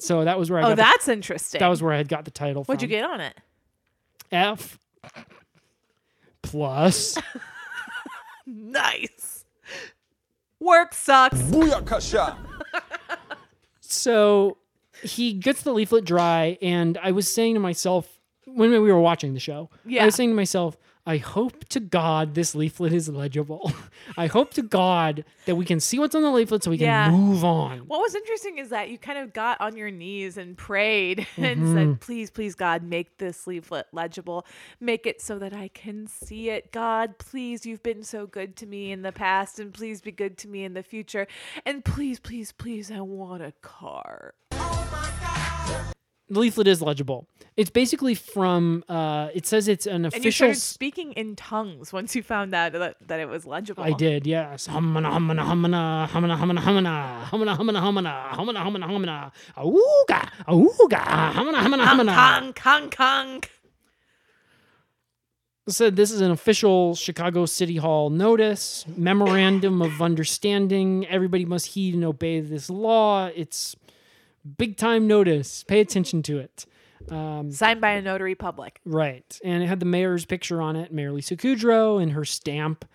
S1: So that was where I
S2: Oh,
S1: got the,
S2: that's interesting.
S1: that was where I had got the title.
S2: What'd you
S1: from.
S2: get on it?
S1: F plus.
S2: Nice. Work sucks.
S5: Booyakasha.
S1: so he gets the leaflet dry, and I was saying to myself when we were watching the show, I
S2: Yeah.
S1: was saying to myself, I hope to God this leaflet is legible. I hope to God that we can see what's on the leaflet so we
S2: Yeah.
S1: can move on.
S2: What was interesting is that you kind of got on your knees and prayed and
S1: Mm-hmm.
S2: said, Please, please, God, make this leaflet legible. Make it so that I can see it. God, please, you've been so good to me in the past, and please be good to me in the future. And please, please, please, I want a car.
S1: The leaflet is legible. It's basically from. Uh, it says it's an
S2: And you started
S1: official.
S2: speaking in tongues once you found out that, that it was legible.
S1: I did, yes. Humana, humana, humana, humana, humana, humana, humana, humana, humana, humana, humana, humana, auga, auga, humana, humana,
S2: Hong
S1: humana.
S2: Kong, Hong Kong.
S1: Said this is an official Chicago City Hall notice, memorandum of understanding. Everybody must heed and obey this law. It's big time notice. Pay attention to it. Um,
S2: Signed by a notary public.
S1: Right. And it had the mayor's picture on it, Mayor Lisa Kudrow, and her stamp.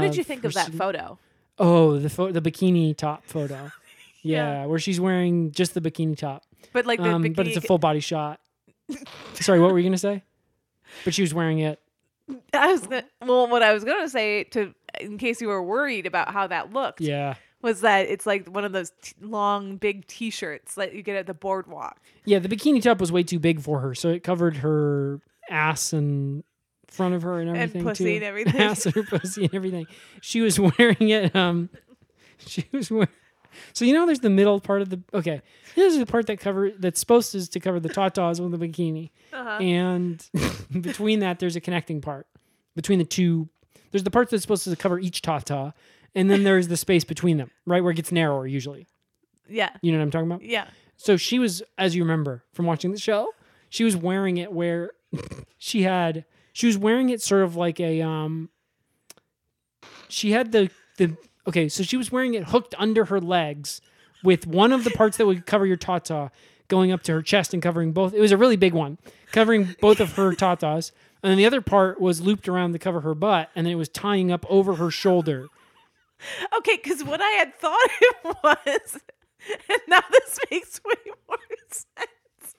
S1: Uh,
S2: did you think of that
S1: photo?
S2: photo?
S1: Oh, the pho- the bikini top photo. yeah, where she's wearing just the bikini top.
S2: But like the
S1: Um, but it's a
S2: bikini-
S1: full body shot. Sorry, what were you gonna say? But she was wearing it.
S2: I was gonna, well, what I was gonna say to, in case you were worried about how that looked,
S1: Yeah,
S2: was that it's like one of those t- long, big T-shirts that you get at the boardwalk.
S1: yeah. The bikini top was way too big for her, so it covered her ass and front of her and everything
S2: pussy
S1: too.
S2: and everything.
S1: ass and her pussy and everything. She was wearing it. Um, she was wearing. So you know, there's the middle part of the okay. This is the part that cover that's supposed is to cover the tatas with the bikini,
S2: Uh-huh.
S1: and between that there's a connecting part between the two. There's the part that's supposed to cover each tata, and then there's the space between them, right where it gets narrower usually.
S2: Yeah,
S1: You know what I'm talking about?
S2: yeah.
S1: So she was, as you remember from watching the show, she was wearing it where she had she was wearing it sort of like a um she had the the okay, so she was wearing it hooked under her legs with one of the parts that would cover your tata going up to her chest and covering both. It was a really big one, covering both of her tatas. And then the other part was looped around to cover her butt, and then it was tying up over her shoulder.
S2: Okay, because what I had thought it was, and now this makes way more sense.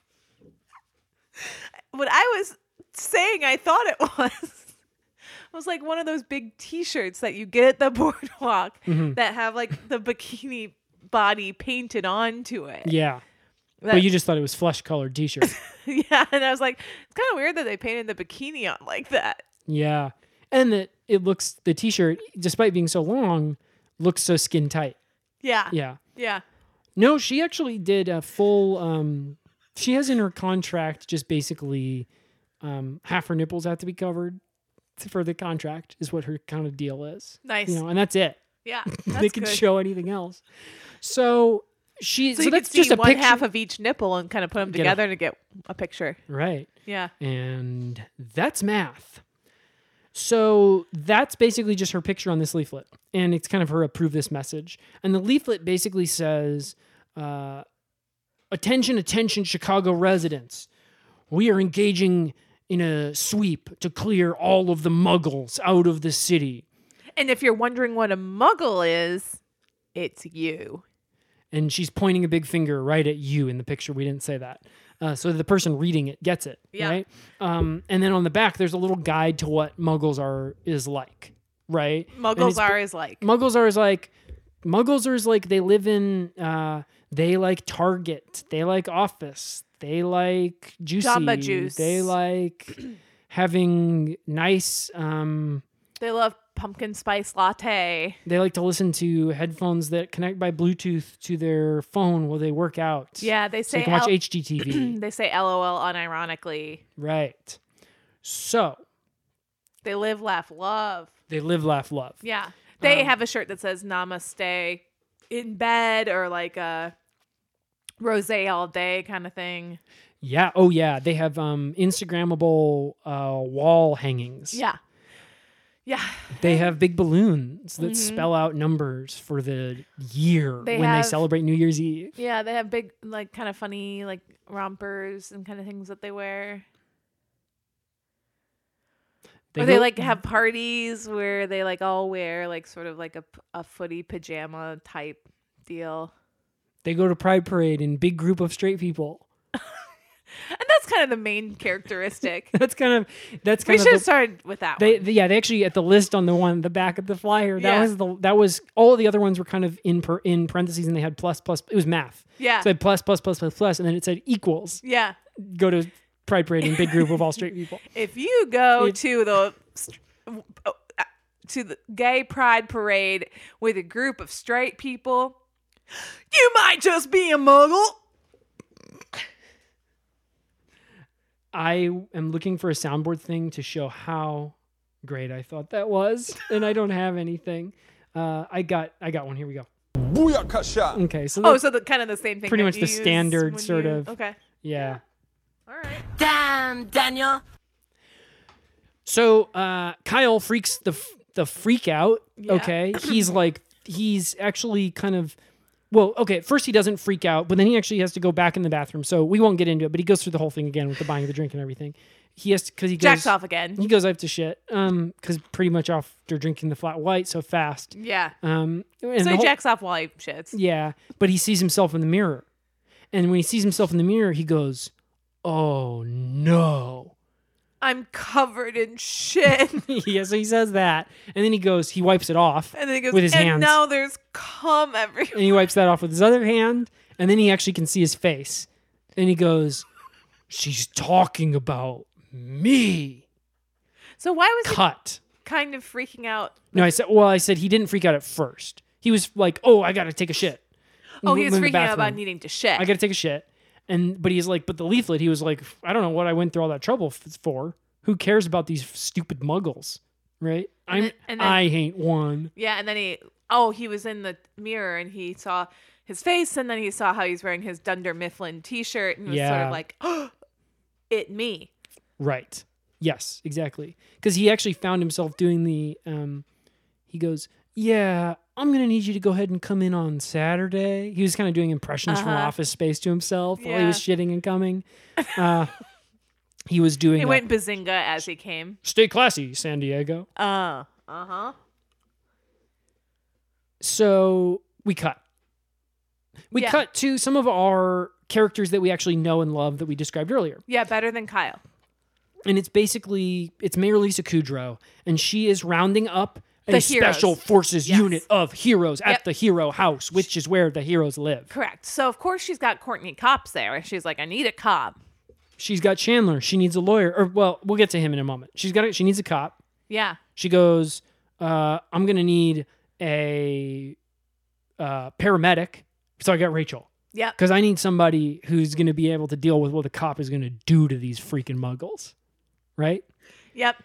S2: What I was saying, I thought it was, was like one of those big T-shirts that you get at the boardwalk that have like the bikini body painted onto it.
S1: Yeah.
S2: That-
S1: But you just thought it was flesh colored t shirt.
S2: yeah, and I was like, it's kind of weird that they painted the bikini on like that.
S1: Yeah. And that it looks the t-shirt despite being so long looks so skin tight.
S2: Yeah,
S1: Yeah.
S2: yeah.
S1: No, she actually did a full um she has in her contract just basically um half her nipples have to be covered for the contract is what her kind of deal is.
S2: Nice.
S1: You know, and that's it.
S2: Yeah,
S1: they
S2: that's
S1: can
S2: good.
S1: show anything else. So she
S2: So,
S1: so,
S2: you
S1: that's
S2: could see
S1: just a
S2: one
S1: picture
S2: half of each nipple and kind of put them
S1: Get a-
S2: together to get a picture.
S1: right.
S2: Yeah.
S1: And that's math. So that's basically just her picture on this leaflet. And it's kind of her approve this message. And the leaflet basically says uh, Attention, attention, Chicago residents. We are engaging in a sweep to clear all of the muggles out of the city.
S2: And if you're wondering what a muggle is, it's you.
S1: And she's pointing a big finger right at you in the picture. We didn't say that. Uh, so the person reading it gets it,
S2: Yeah.
S1: right? Um, and then on the back, there's a little guide to what muggles are is like, right? And
S2: Muggles
S1: it's-
S2: are is like
S1: Muggles are is like Muggles are is like they live in uh they like Target, they like office, they like juicy,
S2: Jamba Juice.
S1: they like having nice um
S2: they love pumpkin spice latte.
S1: they like to listen to headphones that connect by Bluetooth to their phone while they work out.
S2: Yeah, they
S1: So
S2: say
S1: they can watch
S2: L-
S1: HGTV.
S2: they say LOL unironically.
S1: right. So
S2: They live, laugh, love.
S1: they live, laugh, love.
S2: Yeah. They have a shirt that says Namaste in bed or like a rosé all day kind of thing.
S1: Yeah. Oh yeah. They have um Instagrammable uh wall hangings.
S2: Yeah. Yeah.
S1: They have big balloons that spell out numbers for the year
S2: Mm-hmm. They
S1: when
S2: have-
S1: they celebrate New Year's Eve.
S2: Yeah, they have big like kind of funny like rompers and kind of things that they wear. or they
S1: go-
S2: like have parties where they like all wear like sort of like a, p- a footy pajama type deal.
S1: they go to Pride Parade in big group of straight people.
S2: And that's kind of the main characteristic.
S1: That's kind of that's
S2: we
S1: kind
S2: should
S1: of
S2: have
S1: the-
S2: started with that
S1: they,
S2: one.
S1: they- yeah they actually at the list on the one the back of the flyer that
S2: Yeah.
S1: was the that was all the other ones were kind of in per, in parentheses and they had plus plus it was math
S2: Yeah.
S1: so they had plus plus plus plus plus and then it said equals
S2: Yeah.
S1: go to Pride Parade in big group of all straight people
S2: If you go
S1: It-
S2: to the st- uh, to the gay pride parade with a group of straight people, you might just be a muggle.
S1: I am looking for a soundboard thing to show how great I thought that was, and I don't have anything. Uh, I got I got one. Here we go.
S5: Booyakasha.
S1: Okay, so
S2: Oh,
S1: that's-
S2: so the kind of the same thing.
S1: Pretty
S2: that
S1: much the
S2: you use
S1: standard
S2: when
S1: sort
S2: you-
S1: of-
S2: Okay.
S1: yeah.
S2: All right.
S1: So uh, Kyle freaks the f- the freak out.
S2: Yeah.
S1: Okay, he's like he's actually kind of well. Okay, at first he doesn't freak out, but then he actually has to go back in the bathroom. So we won't get into it. But he goes through the whole thing again with the buying of the drink and everything. He has because he goes
S2: Jack's off again.
S1: He goes I have to shit. Um, because pretty much after drinking the flat white so fast.
S2: Yeah.
S1: Um, and the
S2: So he
S1: whole-
S2: jacks off while he shits.
S1: yeah, but he sees himself in the mirror. And when he sees himself in the mirror, he goes, Oh no.
S2: I'm covered in shit.
S1: yeah, so he says that. And then he goes, he wipes it off
S2: And then he goes,
S1: with his
S2: and
S1: hands.
S2: now there's cum everywhere.
S1: And he wipes that off with his other hand. And then he actually can see his face. And he goes, She's talking about me.
S2: So why was he
S1: Cut.
S2: kind of freaking out?
S1: No, I said, Well, I said he didn't freak out at first. He was like, Oh, I got to take a shit.
S2: Oh, he
S1: Went
S2: was
S1: in the
S2: freaking out about
S1: bathroom.
S2: needing to shit.
S1: I got to take a shit. And but he's like, but the leaflet, he was like, I don't know what I went through all that trouble f- for. Who cares about these stupid muggles, right? I'm
S2: then- and then-
S1: I ain't one.
S2: yeah, and then he, oh, he was in the mirror and he saw his face, and then he saw how he's wearing his Dunder Mifflin T-shirt, and was sort
S1: Yeah.
S2: of like, oh, it me.
S1: Right. Yes, exactly. Because he actually found himself doing the. Um, he goes, yeah, I'm gonna need you to go ahead and come in on Saturday. He was kind of doing impressions from
S2: Uh-huh.
S1: Office Space to himself while he was
S2: Yeah.
S1: shitting and coming. Uh, he was doing.
S2: He
S1: a,
S2: went bazinga as he came.
S1: Stay classy, San Diego.
S2: Uh, uh huh.
S1: so we cut. We
S2: Yeah.
S1: cut to some of our characters that we actually know and love that we described earlier.
S2: Yeah, better than Kyle.
S1: And it's basically it's Mayor Lisa Kudrow, and she is rounding up a
S2: The heroes.
S1: special forces
S2: Yes.
S1: unit of heroes at
S2: Yep.
S1: the hero house, which is where the heroes live.
S2: Correct. So of course she's got Courtney cops there. She's like, I need a cop.
S1: She's got Chandler, she needs a lawyer. Or well, we'll get to him in a moment. She's got a, she needs a cop.
S2: Yeah.
S1: She goes, uh, I'm gonna need a uh, paramedic. So I got Rachel.
S2: Yep.
S1: Because I need somebody who's going to be able to deal with what the cop is going to do to these freaking muggles, right?
S2: Yep.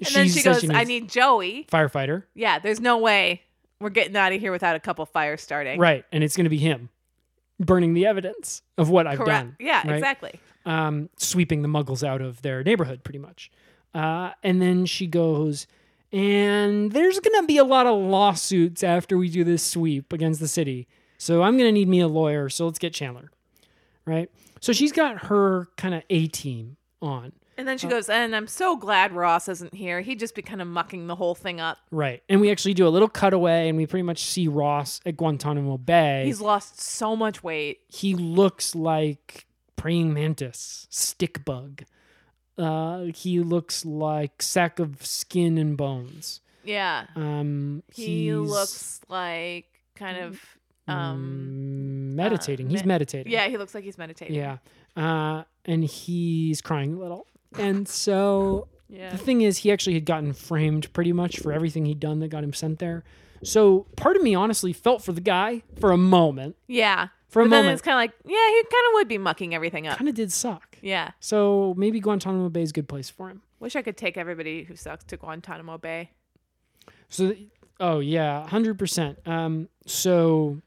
S2: And then she
S1: says
S2: goes, I
S1: needs
S2: need Joey.
S1: firefighter,
S2: Yeah, there's no way we're getting out of here without a couple fires starting.
S1: right? And it's going to be him burning the evidence of what I've
S2: Correct.
S1: done.
S2: yeah,
S1: right?
S2: exactly.
S1: Um, sweeping the muggles out of their neighborhood, pretty much. Uh, and then she goes, and there's going to be a lot of lawsuits after we do this sweep against the city. So I'm going to need me a lawyer. So let's get Chandler, right? So she's got her kind of A team on.
S2: And then she
S1: Oh.
S2: goes, and I'm so glad Ross isn't here. He'd just be kind of mucking the whole thing up.
S1: Right. And we actually do a little cutaway and we pretty much see Ross at Guantanamo Bay.
S2: He's lost so much weight.
S1: he looks like praying mantis, stick bug. Uh, he looks like sack of skin and bones.
S2: Yeah.
S1: Um,
S2: He
S1: he's,
S2: looks like kind of um
S1: mm, meditating. he's
S2: me-
S1: meditating.
S2: yeah, he looks like he's meditating.
S1: Yeah. Uh, and he's crying a little. And so
S2: Yeah.
S1: The thing is, he actually had gotten framed pretty much for everything he'd done that got him sent there. So part of me honestly felt for the guy for a moment.
S2: Yeah.
S1: For a
S2: But then
S1: moment.
S2: it's kind of like, yeah, he kind of would be mucking everything up.
S1: Kind of did suck.
S2: Yeah.
S1: So maybe Guantanamo Bay is a good place for him.
S2: Wish I could take everybody who sucks to Guantanamo Bay.
S1: So, oh yeah, hundred percent. Um, so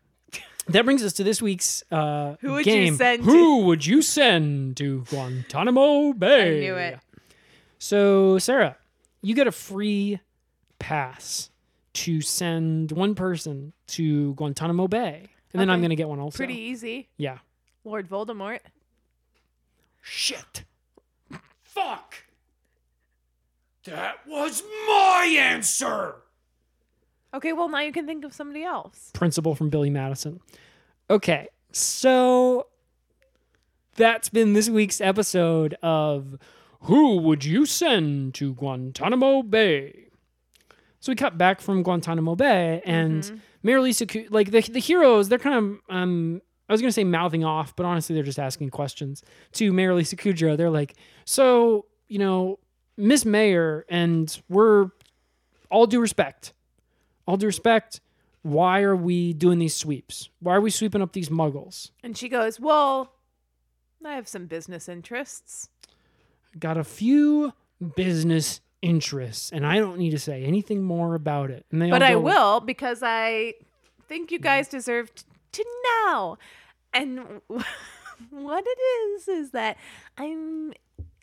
S1: that brings us to this week's uh,
S2: Who would you
S1: game.
S2: send
S1: Who would you send to Guantanamo Bay?
S2: I knew it.
S1: So, Sarah, you get a free pass to send one person to Guantanamo Bay, and then I'm
S2: Okay.
S1: gonna get one also.
S2: Pretty easy.
S1: Yeah.
S2: Lord Voldemort.
S1: Shit. Fuck. That was my answer.
S2: Okay, well now you can think of somebody else.
S1: principal from Billy Madison. Okay, so that's been this week's episode of Who Would You Send to Guantanamo Bay? So we cut back from Guantanamo Bay, and Mary Lisa, Coo- like the, the heroes, they're kind of, um, I was going to say mouthing off, but honestly, they're just asking questions to Mary Lisa Kudrow. They're like, so, you know, Miss Mayor, and we're all due respect, all due respect, why are we doing these sweeps? Why are we sweeping up these muggles?
S2: And she goes, Well, I have some business interests.
S1: got a few business interests, and I don't need to say anything more about it. And they
S2: But
S1: all
S2: I
S1: go,
S2: will because I think you guys deserve t- to know. And what it is is that I'm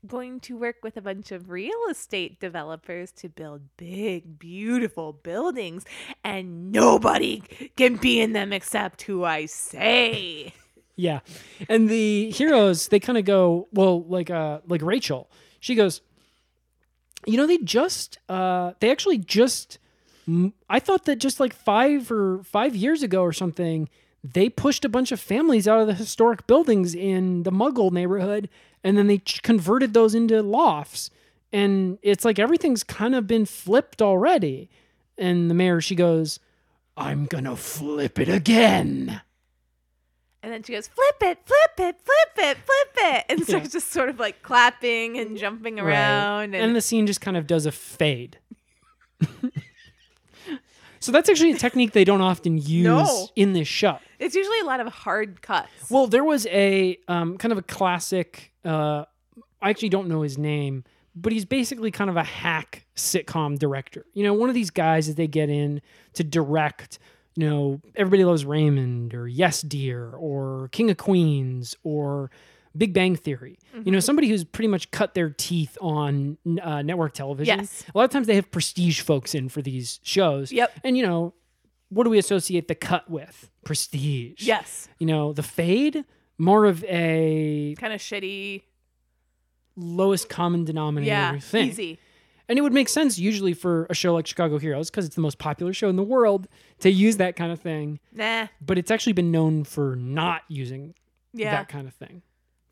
S2: going to work with a bunch of real estate developers to build big, beautiful buildings, and nobody can be in them except who I say.
S1: Yeah. And the heroes, they kind of go, well, like uh like Rachel. She goes, "You know, they just uh they actually just m- I thought that just like 5 or 5 years ago or something, they pushed a bunch of families out of the historic buildings in the Muggle neighborhood and then they ch- converted those into lofts. And it's like everything's kind of been flipped already." And the mayor, she goes, "I'm going to flip it again."
S2: And then she goes, flip it, flip it, flip it, flip it. And starts just sort of like clapping and jumping
S1: Right.
S2: around.
S1: and, the scene just kind of does a fade. so that's actually a technique they don't often use
S2: No.
S1: in this show.
S2: It's usually a lot of hard cuts.
S1: Well, there was a um, kind of a classic. Uh, I actually don't know his name, but he's basically kind of a hack sitcom director. You know, one of these guys that they get in to direct. You know, Everybody Loves Raymond or Yes Dear or King of Queens or Big Bang Theory. You
S2: Mm-hmm.
S1: know, somebody who's pretty much cut their teeth on uh, network television.
S2: Yes.
S1: A lot of times they have prestige folks in for these shows.
S2: Yep.
S1: And, you know, what do we associate the cut with? Prestige
S2: yes.
S1: you know, the fade, more of a
S2: Kind of shitty.
S1: lowest common denominator
S2: Yeah.
S1: thing.
S2: Easy.
S1: And it would make sense usually for a show like Chicago Heroes, because it's the most popular show in the world, to use that kind of thing.
S2: Nah.
S1: But it's actually been known for not using
S2: Yeah.
S1: that kind of thing.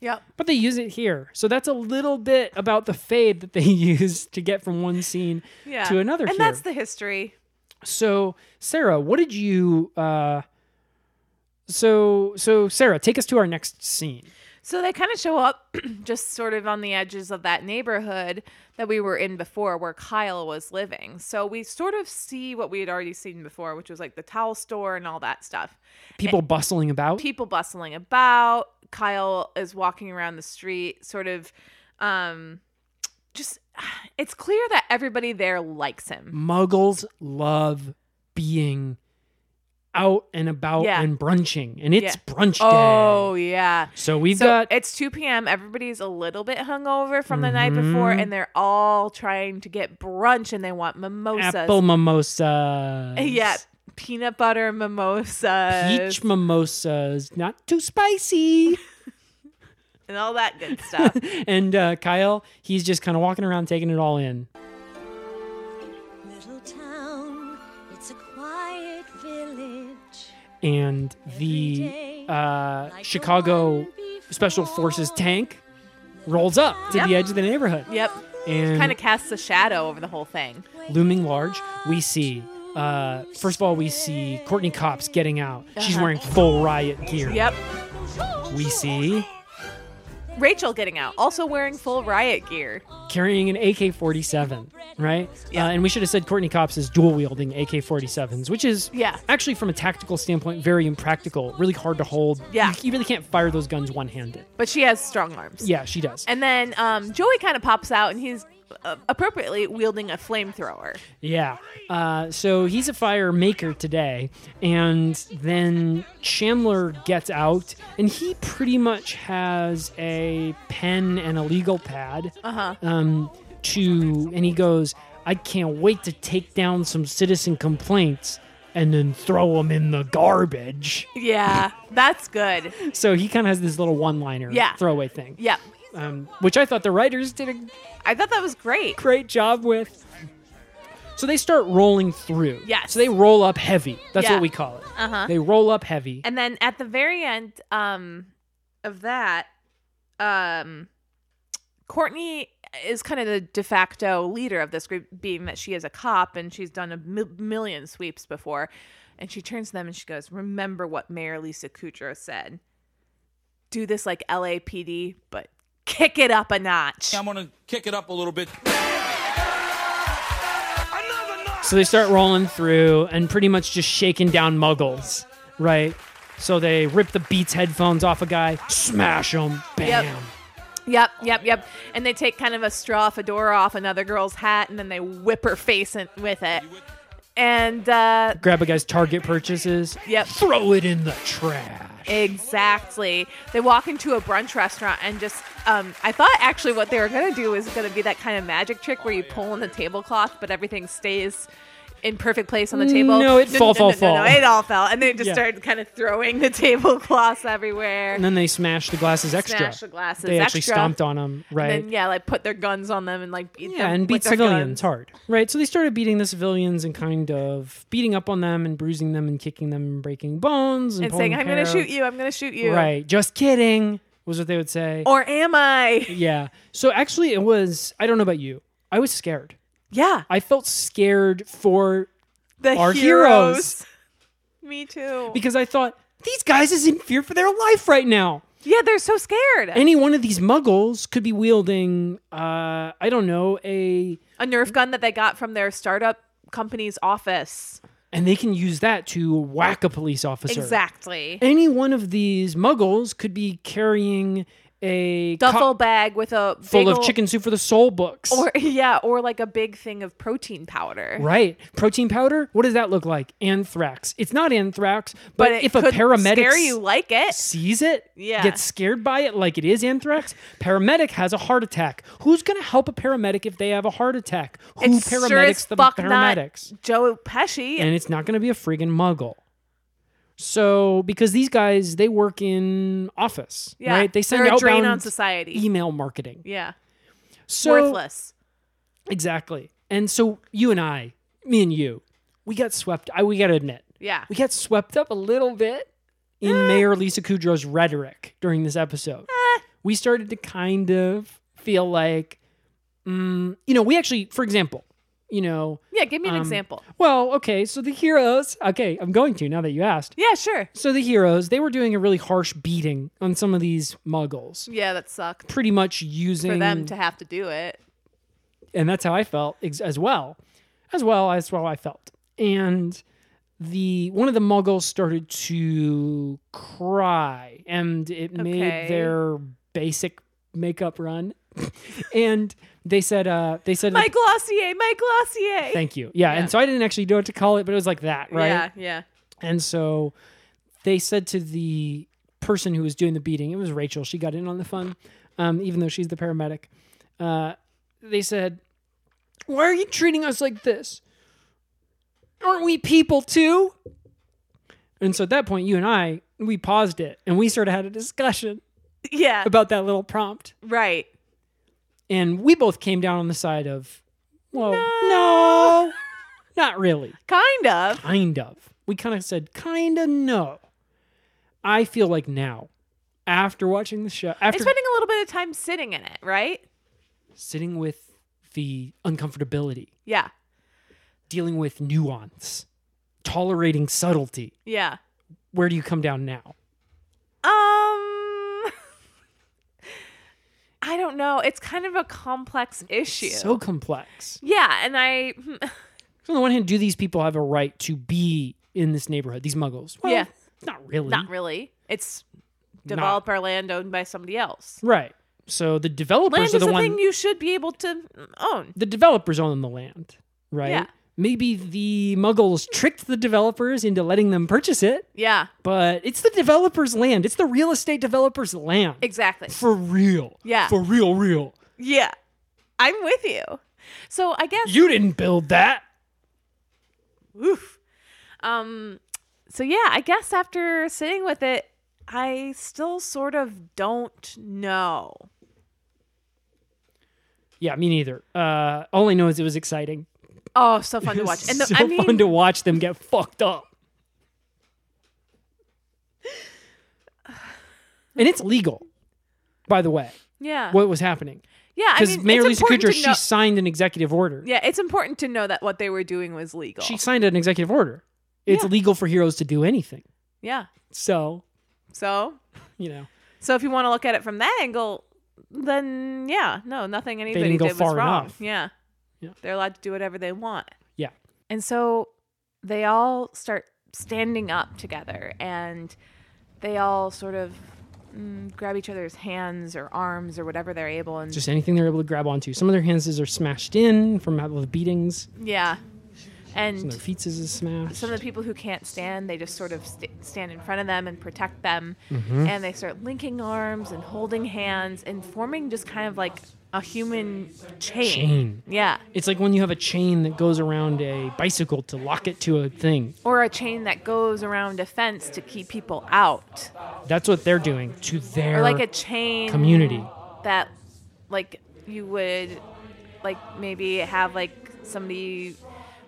S2: Yep.
S1: But they use it here. So that's a little bit about the fade that they use to get from one scene
S2: Yeah.
S1: to another
S2: And
S1: here.
S2: that's the history.
S1: so Sarah, what did you uh so so Sarah, take us to our next scene.
S2: So they kind of show up just sort of on the edges of that neighborhood that we were in before where Kyle was living. So we sort of see what we had already seen before, which was like the towel store and all that stuff. Eh,
S1: People bustling about.
S2: people bustling about. Kyle is walking around the street, sort of um just it's clear that everybody there likes him.
S1: muggles love being out and about
S2: Yeah.
S1: and brunching and it's brunch day
S2: Oh yeah.
S1: so we've
S2: so
S1: got
S2: it's 2 p.m. Everybody's a little bit hungover from the night
S1: Mm-hmm.
S2: before, and they're all trying to get brunch and they want mimosas.
S1: apple mimosas
S2: yeah, uh, peanut butter mimosas
S1: peach mimosas not too spicy
S2: and all that good stuff.
S1: and uh, kyle he's just kind of walking around taking it all in
S6: Little town, it's a quiet village.
S1: and the uh, chicago special forces tank rolls up to the edge of the neighborhood
S2: yep,
S1: and
S2: kind of casts a shadow over the whole thing.
S1: looming large, we see. Uh, first of all, we see Courtney Cops getting out. She's wearing full riot gear.
S2: Uh-huh. Yep,
S1: We see
S2: Rachel getting out, also wearing full riot gear.
S1: carrying an AK 47, right? Uh, and we should have said Courtney Cops is dual wielding AK 47s, which is
S2: Yeah.
S1: actually, from a tactical standpoint, very impractical, really hard to hold.
S2: Yeah.
S1: You, you really can't fire those guns one handed.
S2: But she has strong arms.
S1: Yeah, she does.
S2: And then um, Joey kind of pops out, and he's uh, appropriately wielding a flamethrower.
S1: Yeah. Uh, so he's a fire maker today. And then Chandler gets out, and he pretty much has a pen and a legal pad. Uh-huh. Um, to, and he goes, I can't wait to take down some citizen complaints and then throw them in the garbage.
S2: Yeah, that's good.
S1: So he kind of has this little one liner
S2: Yeah.
S1: throwaway thing,
S2: Yeah,
S1: um, which I thought the writers did a
S2: I thought that was great.
S1: great job with. So they start rolling through.
S2: Yes.
S1: So they roll up heavy. That's
S2: Yeah.
S1: what we call it. Uh-huh. They roll up heavy.
S2: And then at the very end um, of that, um, Courtney is kind of the de facto leader of this group, being that she is a cop and she's done a mil- million sweeps before. And she turns to them and she goes, Remember what Mayor Lisa Kudrow said. Do this like LAPD, but kick it up a notch.
S5: I'm gonna kick it up a little bit. Another knock!
S1: So they start rolling through and pretty much just shaking down muggles, right? So they rip the Beats headphones off a guy, smash him, bam.
S2: Yep. Yep, yep, yep. And they take kind of a straw fedora off another girl's hat, and then they whip her face in, with it. And uh,
S1: Grab a guy's Target purchases.
S2: Yep.
S1: Throw it in the trash.
S2: Exactly. They walk into a brunch restaurant and just. Um, I thought actually what they were gonna do was gonna be that kind of magic trick where you pull on the tablecloth, but everything stays in perfect place on the table.
S1: No, it fall, fall, fall.
S2: it all fell, and they just
S1: Yeah.
S2: started kind of throwing the tablecloths everywhere.
S1: And then they smashed the glasses extra.
S2: Smash the glasses
S1: They actually
S2: extra.
S1: stomped on them, right?
S2: And then, yeah, like put their guns on them and like beat
S1: Yeah,
S2: them
S1: and
S2: with
S1: beat
S2: their
S1: civilians
S2: guns.
S1: hard, right? So they started beating the civilians and kind of beating up on them and bruising them and kicking them and breaking bones and,
S2: and saying,
S1: pulling
S2: "I'm gonna
S1: hair."
S2: shoot you. I'm gonna shoot you."
S1: Right, just kidding was what they would say.
S2: Or am I?
S1: yeah. So actually, it was. I don't know about you. I was scared.
S2: Yeah.
S1: I felt scared for
S2: The
S1: Our
S2: heroes. Me too.
S1: because I thought these guys is in fear for their life right now.
S2: yeah, they're so scared.
S1: Any one of these muggles could be wielding, uh, I don't know, a
S2: a Nerf gun that they got from their startup company's office.
S1: and they can use that to whack a police officer.
S2: Exactly.
S1: Any one of these muggles could be carrying a
S2: Duffel
S1: cup
S2: bag with a
S1: full
S2: big
S1: of
S2: ol-
S1: chicken soup for the soul books.
S2: or yeah, or like a big thing of protein powder.
S1: Right. Protein powder? What does that look like? Anthrax. It's not anthrax, but,
S2: But it
S1: if a
S2: could
S1: paramedic
S2: scare
S1: s-
S2: you like it.
S1: sees it,
S2: Yeah.
S1: gets scared by it like it is anthrax, paramedic has a heart attack. Who's going to help a paramedic if they have a heart attack? Who
S2: It's sure
S1: paramedics
S2: as
S1: the
S2: fuck not
S1: paramedics?
S2: Joe Pesci.
S1: And it's not going to be a friggin' muggle. So, because these guys, they work in office,
S2: yeah,
S1: right? They send
S2: they're a
S1: outbound
S2: drain on society.
S1: email marketing.
S2: yeah,
S1: So,
S2: worthless.
S1: Exactly. And so you and I, me and you, we got swept. I we got to admit,
S2: Yeah,
S1: we got swept up a little bit in
S2: Ah.
S1: Mayor Lisa Kudrow's rhetoric during this episode. we started to kind of feel like, mm, you know, we actually, for example, you know,
S2: yeah. Give me an
S1: um,
S2: example.
S1: well, okay, so the heroes. Okay, I'm going to now that you asked.
S2: Yeah, sure.
S1: So the heroes, they were doing a really harsh beating on some of these muggles,
S2: Yeah, that sucked
S1: pretty much using
S2: for them to have to do it.
S1: and that's how I felt ex- as well, as well as how I felt. And the one of the Muggles started to cry, and it
S2: Okay.
S1: made their basic makeup run. and they said, uh, they said,
S2: My Glossier, my Glossier.
S1: thank you, yeah.
S2: Yeah.
S1: And so I didn't actually know what to call it, but it was like that, right?
S2: Yeah, yeah.
S1: And so they said to the person who was doing the beating, it was Rachel, she got in on the fun, um, even though she's the paramedic. Uh, they said, Why are you treating us like this? Aren't we people too? And so at that point, you and I, we paused it and we sort of had a discussion
S2: Yeah,
S1: about that little prompt.
S2: right.
S1: And we both came down on the side of, Well, no, not really
S2: Kind of.
S1: kind of. We kind of said kind of no. I feel like now, after watching the show,
S2: And
S1: after
S2: spending a little bit of time sitting in it, right?
S1: sitting with the uncomfortability,
S2: Yeah,
S1: dealing with nuance, tolerating subtlety,
S2: yeah.
S1: where do you come down now?
S2: Um, I don't know. It's kind of a complex issue.
S1: So complex.
S2: yeah, and I hmm,
S1: So on the one hand, do these people have a right to be in this neighborhood? These muggles? Well,
S2: Yeah.
S1: not really.
S2: not really. It's developer land owned by somebody else.
S1: Right. So the developers
S2: Land
S1: are
S2: is
S1: the
S2: a
S1: one.
S2: thing you should be able to own.
S1: the developers own the land, right?
S2: Yeah.
S1: Maybe the muggles tricked the developers into letting them purchase it,
S2: Yeah,
S1: but it's the developer's land. It's the real estate developer's land.
S2: exactly.
S1: For real.
S2: Yeah.
S1: For real, real.
S2: Yeah, I'm with you. So I guess
S1: You didn't build that.
S2: Oof. Um, so yeah, I guess after sitting with it, I still sort of don't know.
S1: Yeah, me neither. Uh, all I know is it was exciting.
S2: Oh, so fun to watch. And the,
S1: so
S2: I mean,
S1: fun to watch them get fucked up. And it's legal, by the way,
S2: yeah,
S1: what was happening.
S2: yeah. I
S1: Because
S2: mean,
S1: Mayor
S2: it's
S1: Lisa
S2: important
S1: Kudrow,
S2: to
S1: she
S2: know-
S1: signed an executive order.
S2: yeah, it's important to know that what they were doing was legal.
S1: she signed an executive order. It's
S2: Yeah.
S1: legal for heroes to do anything.
S2: yeah.
S1: So,
S2: So,
S1: you know,
S2: so if you want to look at it from that angle, then yeah, no, nothing anybody
S1: didn't go
S2: did was
S1: far
S2: wrong.
S1: enough.
S2: Yeah.
S1: Yeah.
S2: they're allowed to do whatever they want.
S1: yeah.
S2: And so they all start standing up together and they all sort of and grab each other's hands or arms or whatever they're able and
S1: Just anything they're able to grab onto. Some of their hands are smashed in from all the beatings.
S2: yeah.
S1: Some of
S2: And
S1: their feet is smashed.
S2: some of the people who can't stand, they just sort of st- stand in front of them and protect them,
S1: Mm-hmm.
S2: and they start linking arms and holding hands and forming just kind of like a human chain.
S1: Chain.
S2: Yeah,
S1: It's like when you have a chain that goes around a bicycle to lock it to a thing.
S2: or a chain that goes around a fence to keep people out,
S1: That's what they're doing to their
S2: or like a chain
S1: community.
S2: that like you would like maybe have like somebody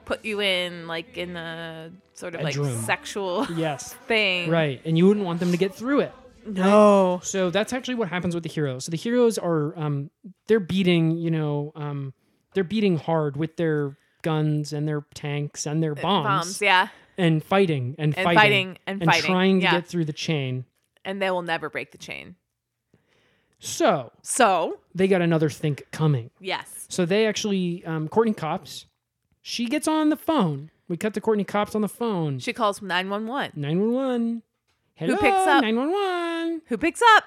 S2: put you in like in a sort of like
S1: Bedroom.
S2: sexual
S1: Yes.
S2: thing
S1: Right. And you wouldn't want them to get through it.
S2: no
S1: So that's actually what happens with the heroes. So the heroes are um they're beating, you know, um they're beating hard with their guns and their tanks and their bombs,
S2: Uh, bombs yeah
S1: and fighting and,
S2: And
S1: fighting,
S2: fighting and fighting,
S1: trying
S2: yeah.
S1: to get through the chain.
S2: and they will never break the chain
S1: So
S2: so
S1: they got another think coming.
S2: yes
S1: So they actually um Courtney Cops, she gets on the phone. We cut to Courtney Cops on the phone.
S2: she calls 911
S1: 911. Hello,
S2: picks up?
S1: 911.
S2: who picks up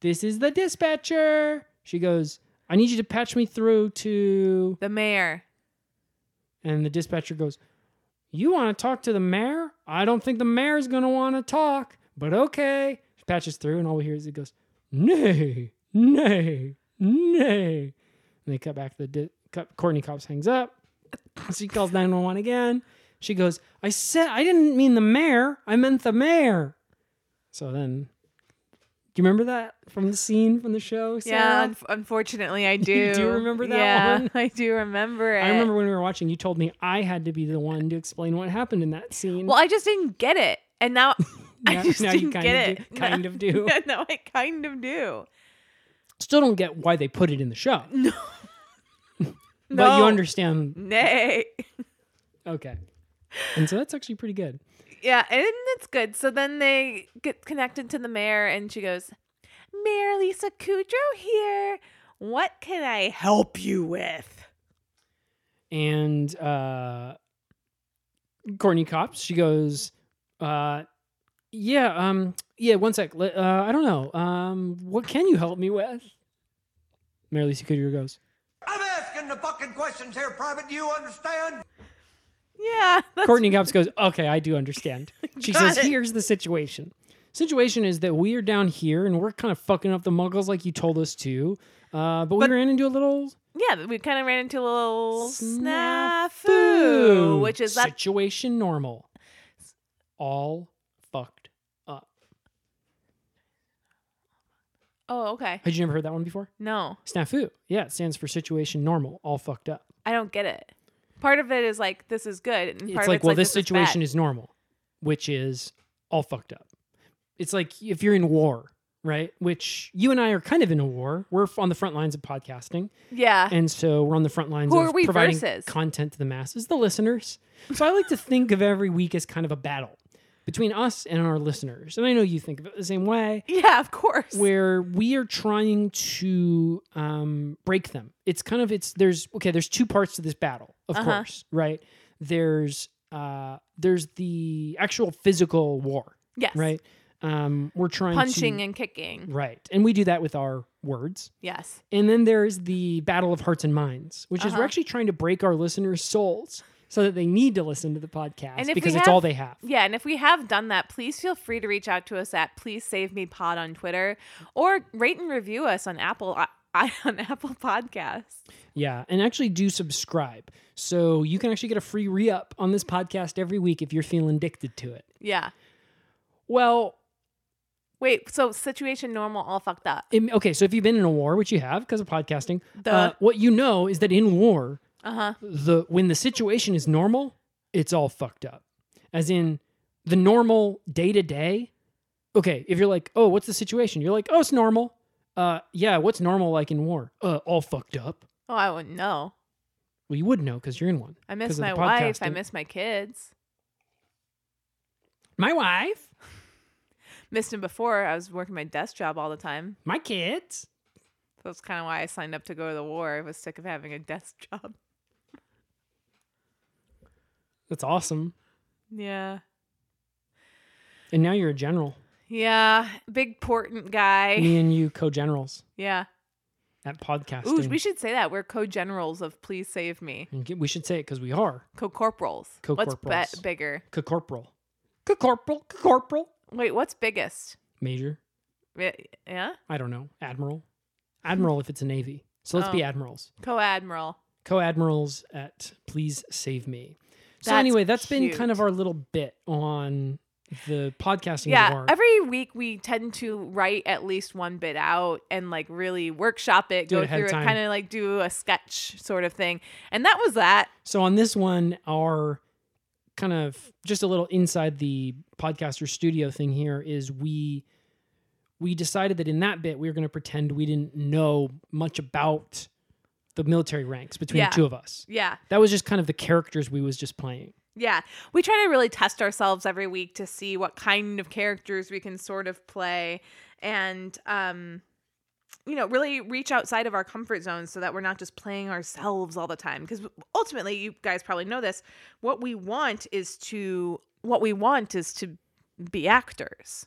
S1: This is the dispatcher. She goes, I need you to patch me through to.
S2: the mayor
S1: And the dispatcher goes, You want to talk to the mayor? I don't think the mayor's going to want to talk, but okay. She patches through, and all we hear is it goes, Nay, nay, nay. And they cut back to the. Di- cut, Courtney Cops hangs up. She calls 911 again. She goes, I said, I didn't mean the mayor. I meant the mayor. So then, do you remember that from the scene from the show?
S2: yeah
S1: Sarah?
S2: un- unfortunately i do
S1: You do remember that
S2: yeah
S1: one?
S2: i do remember it
S1: I remember when we were watching, you told me I had to be the one to explain what happened in that scene.
S2: well i just didn't get it and now
S1: Now-
S2: i just
S1: now you
S2: didn't
S1: kind
S2: get
S1: of
S2: it
S1: do- kind of do.
S2: Yeah, now i kind of do
S1: Still don't get why they put it in the show. No. but you
S2: No.
S1: understand.
S2: Nay.
S1: Okay. And so that's actually pretty good.
S2: Yeah, and it's good. So then they get connected to the mayor, and she goes, Mayor Lisa Kudrow here. What can I help you with?
S1: And uh Courtney Cops, she goes, uh yeah, um yeah, one sec. Let- Uh, I don't know. Um what can you help me with? Mary Lisa Kudrow goes,
S3: I'm asking the fucking questions here, Private. Do you understand?
S2: Yeah. that's-
S1: Courtney Cops goes, okay, I do understand. She
S2: Got
S1: says,
S2: it.
S1: here's the situation. Situation is that we are down here and we're kind of fucking up the muggles like you told us to. Uh, but,
S2: But-
S1: we ran into a little
S2: Yeah, we kind of ran into a little snafu,
S1: snafu.
S2: which is that.
S1: situation normal. All fucked up.
S2: Oh, okay.
S1: Had you never heard that one before?
S2: No,
S1: Snafu. Yeah, it stands for situation normal. All fucked up.
S2: I don't get it. Part of it is like, this is good. And part
S1: it's
S2: of
S1: like,
S2: it's
S1: well,
S2: like,
S1: this,
S2: is
S1: situation
S2: bad.
S1: is, normal, which is all fucked up. It's like if you're in war, right? Which you and I are kind of in a war. We're f- on the front lines of podcasting,
S2: Yeah.
S1: and so we're on the front lines
S2: Ah. Who
S1: of
S2: are we
S1: providing
S2: versus?
S1: content to the masses, the listeners. So I like to think of every week as kind of a battle between us and our listeners, and I know you think of it the same way.
S2: yeah, of course.
S1: Where we are trying to um, break them. It's kind of it's there's okay. There's two parts to this battle, of
S2: Uh-huh.
S1: course, right? There's uh, there's the actual physical war,
S2: yes.
S1: right? Um, we're trying
S2: Punching
S1: to,
S2: and kicking.
S1: right, and we do that with our words.
S2: Yes.
S1: And then there's the battle of hearts and minds, which is
S2: Uh-huh.
S1: we're actually trying to break our listeners' souls so that they need to listen to the podcast
S2: And if we
S1: because it's
S2: have-
S1: all they have.
S2: Yeah, and if we have done that, please feel free to reach out to us at Please Save Me Pod on Twitter or rate and review us on Apple I, I- on Apple Podcasts.
S1: Yeah, and actually do subscribe. So you can actually get a free re up on this podcast every week if you're feeling addicted to it.
S2: Yeah.
S1: Well,
S2: Wait, so situation normal all fucked up.
S1: im- okay, so if you've been in a war, which you have because of podcasting, uh,
S2: Duh.
S1: what you know is that in war,
S2: Uh-huh.
S1: the when the situation is normal, it's all fucked up. As in the normal day to day. Okay, if you're like, oh, what's the situation? You're like, oh, it's normal. Uh, yeah, what's normal like in war? Uh, all fucked up.
S2: Oh, I wouldn't know.
S1: Well, you would know because you're in one.
S2: I
S1: 'cause
S2: miss
S1: of the
S2: my wife. I
S1: podcasting.
S2: miss my kids.
S1: my wife,
S2: Missed them before. I was working my desk job all the time.
S1: my kids.
S2: That's kind of why I signed up to go to the war. I was sick of having a desk job.
S1: That's awesome.
S2: Yeah.
S1: And now you're a general.
S2: Yeah, big portent guy.
S1: Me and you co-generals
S2: Yeah.
S1: at podcasting.
S2: Ooh, we should say that we're co-generals of Please Save Me,
S1: And get- we should say it because we are
S2: co-corporals. What's
S1: Co-corporals.
S2: be- bigger?
S1: co-corporal, co-corporal, co-corporal,
S2: Wait, what's biggest?
S1: major.
S2: Eh, Yeah,
S1: I don't know, admiral, admiral if it's a navy. So let's be
S2: Oh.
S1: admirals,
S2: co-admiral.
S1: co-admirals at Please Save Me. So
S2: That's
S1: anyway, that's been
S2: cute.
S1: kind of our little bit on the podcasting.
S2: Yeah,
S1: part.
S2: every week we tend to write at least one bit out and like really workshop it,
S1: Do it
S2: go
S1: ahead
S2: through
S1: of
S2: it,
S1: time.
S2: kind of like do a sketch sort of thing. And that was that.
S1: So on this one, our kind of just a little inside the podcaster studio thing here is we we decided that in that bit we were going to pretend we didn't know much about the military ranks between
S2: Yeah.
S1: the two of us.
S2: Yeah.
S1: That was just kind of the characters we was just playing.
S2: Yeah. We try to really test ourselves every week to see what kind of characters we can sort of play and um you know, really reach outside of our comfort zone so that we're not just playing ourselves all the time because ultimately you guys probably know this, what we want is to what we want is to be actors.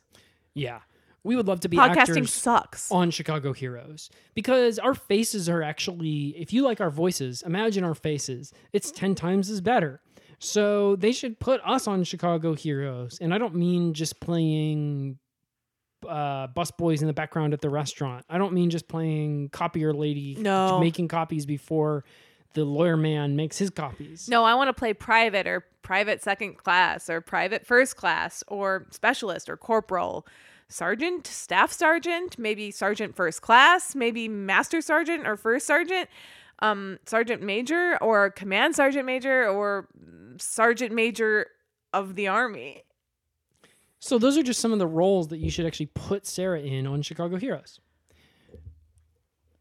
S1: Yeah. We would love to be
S2: Podcasting
S1: actors
S2: sucks.
S1: on Chicago Heroes because our faces are actually if you like our voices, imagine our faces. It's 10 times as better. So they should put us on Chicago Heroes. And I don't mean just playing uh busboys in the background at the restaurant. I don't mean just playing copier lady
S2: No.
S1: making copies before the lawyer man makes his copies.
S2: No, I want to play private or private second class or private first class or specialist or corporal, sergeant, staff sergeant, maybe sergeant first class, maybe master sergeant or first sergeant, um, sergeant major or command sergeant major or sergeant major of the army.
S1: So those are just some of the roles that you should actually put Sarah in on Chicago Heroes.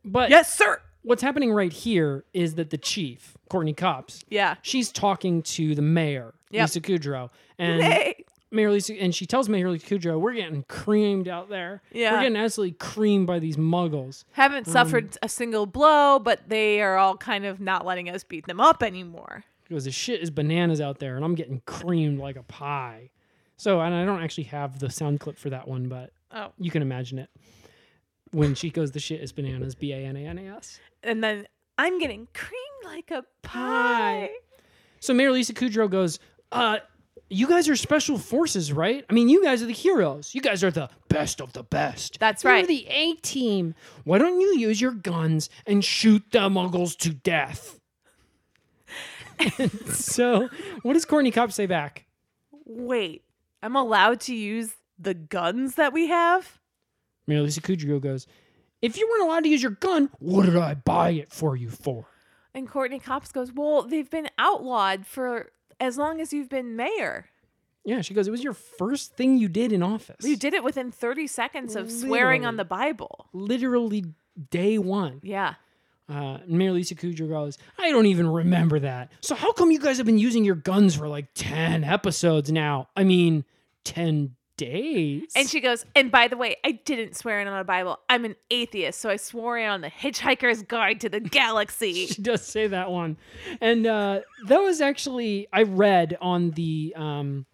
S1: But
S2: Yes, sir.
S1: what's happening right here is that the chief, Courtney Cops,
S2: Yeah.
S1: she's talking to the mayor,
S2: Yep.
S1: Lisa Kudrow, and
S2: Hey.
S1: Mayor Lisa, and she tells Mayor Lisa Kudrow, "We're getting creamed out there.
S2: Yeah.
S1: we're getting absolutely creamed by these muggles."
S2: Haven't
S1: Mm.
S2: suffered a single blow, but they are all kind of not letting us beat them up anymore.
S1: She goes, "The shit is bananas out there, and I'm getting creamed like a pie." So, and I don't actually have the sound clip for that one, but
S2: Oh.
S1: you can imagine it when she goes, "The shit is bananas." B a n a n a s.
S2: And then I'm getting creamed like a
S1: Pie.
S2: pie.
S1: So Mayor Lisa Kudrow goes, uh, you guys are special forces, right? I mean, you guys are the heroes. You guys are the best of the best.
S2: That's
S1: You're
S2: right.
S1: the A team. Why don't you use your guns and shoot the muggles to death? and so, what does Courtney Cobb say back?
S2: wait, I'm allowed to use the guns that we have?
S1: Mayor Lisa Kudrow goes, if you weren't allowed to use your gun, what did I buy it for you for?
S2: And Courtney Cops goes, Well, they've been outlawed for as long as you've been mayor.
S1: Yeah, she goes, it was your first thing you did in office.
S2: You did it within 30 seconds of swearing on
S1: Literally.
S2: the Bible.
S1: Literally day one.
S2: Yeah.
S1: Uh, Mayor Lisa Kudrow goes, I don't even remember that. So how come you guys have been using your guns for like 10 episodes now? I mean, 10 days?
S2: And she goes, And by the way, I didn't swear in on a Bible. I'm an atheist, so I swore in on the Hitchhiker's Guide to the Galaxy.
S1: she does say that one. And uh, that was actually, I read on the um,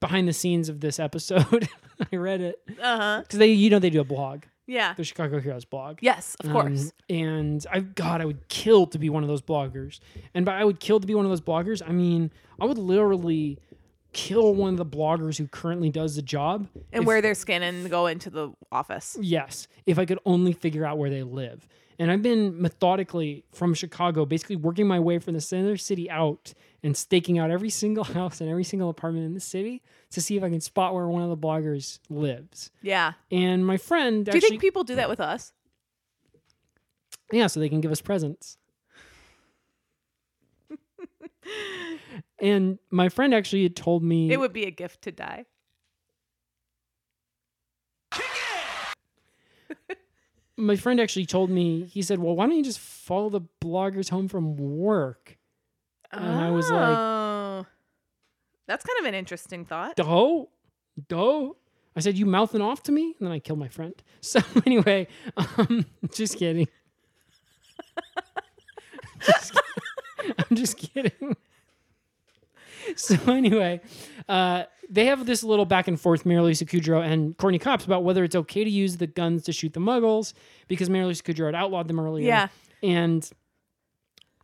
S1: behind the scenes of this episode. I read it.
S2: Uh huh.
S1: Because they, you know, they do a blog,
S2: Yeah.
S1: the Chicago Heroes blog.
S2: Yes, of
S1: Um,
S2: course.
S1: and I God, I would kill to be one of those bloggers. And by I would kill to be one of those bloggers, I mean I would literally kill one of the bloggers who currently does the job.
S2: And
S1: if-
S2: wear their skin and go into the office.
S1: Yes, if I could only figure out where they live. And I've been methodically from Chicago, basically working my way from the center city out and staking out every single house and every single apartment in the city to see if I can spot where one of the bloggers lives.
S2: Yeah.
S1: And my friend
S2: Do
S1: actually
S2: you think people do that with us?
S1: Yeah, so they can give us presents. and my friend actually had told me
S2: It would be a gift to die.
S1: my friend actually told me he said, "Well, why don't you just follow the bloggers home from work?" And I was like,
S2: Oh. that's kind of an interesting thought.
S1: "Do, do." I said, "You mouthing off to me?" And then I killed my friend. So anyway, um, just kidding. just kidding. I'm just kidding. so anyway, uh, they have this little back and forth, Mary Lisa Kudrow and Courtney Cops, about whether it's okay to use the guns to shoot the Muggles because Mary Lisa Kudrow had outlawed them earlier.
S2: Yeah.
S1: And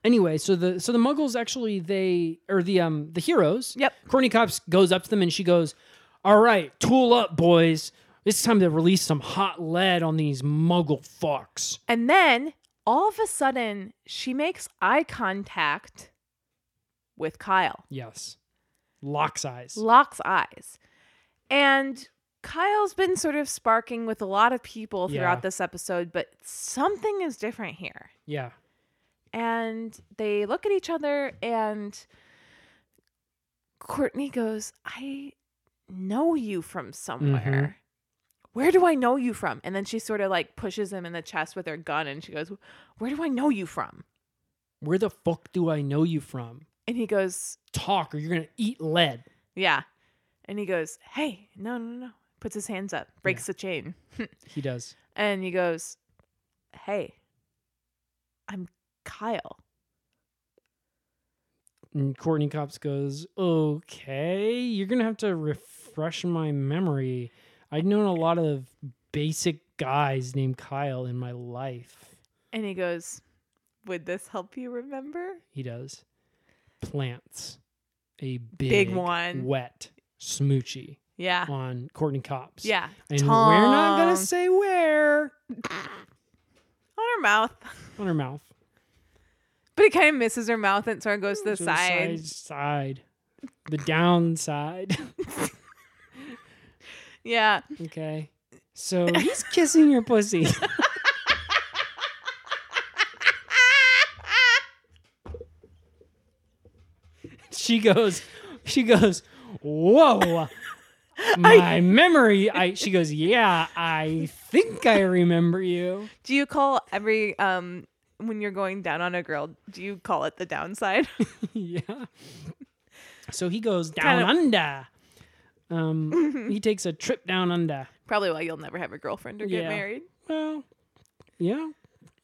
S1: anyway, so the so the Muggles actually they or the um the heroes.
S2: Yep.
S1: Courtney Cops goes up to them and she goes, "All right, tool up, boys. It's time to release some hot lead on these Muggle fucks."
S2: And then all of a sudden, she makes eye contact with Kyle,
S1: Yes. Locks eyes.
S2: locks eyes. And Kyle's been sort of sparking with a lot of people throughout
S1: Yeah.
S2: this episode, but something is different here.
S1: Yeah.
S2: And they look at each other, and Courtney goes, I know you from somewhere. Where do I know you from? And then she sort of like pushes him in the chest with her gun and she goes, Where do I know you from?
S1: Where the fuck do I know you from?
S2: And he goes,
S1: Talk or you're going to eat lead.
S2: Yeah. And he goes, Hey, no, no, no. Puts his hands up, breaks the chain.
S1: He does.
S2: and he goes, Hey, I'm Kyle.
S1: And Courtney Cops goes, Okay, you're going to have to refresh my memory. I'd known a lot of basic guys named Kyle in my life.
S2: And he goes, Would this help you remember?
S1: He does. Plants a big,
S2: one.
S1: wet smoochie
S2: Yeah.
S1: on Courtney Cops.
S2: Yeah.
S1: And we're not going to
S2: Tongue
S1: say where
S2: on her mouth.
S1: on her mouth.
S2: But it kind of misses her mouth and sort of goes to the
S1: to
S2: side.
S1: side, side. the downside.
S2: Yeah.
S1: okay, so he's kissing your pussy. she goes, she goes, whoa. My memory, I she goes, yeah, I think I remember you.
S2: Do you call every um when you're going down on a girl, do you call it the downside?
S1: yeah. So he goes down under. Um, he takes a trip down under.
S2: Probably why you'll never have a girlfriend or get
S1: Yeah.
S2: married.
S1: Well, yeah,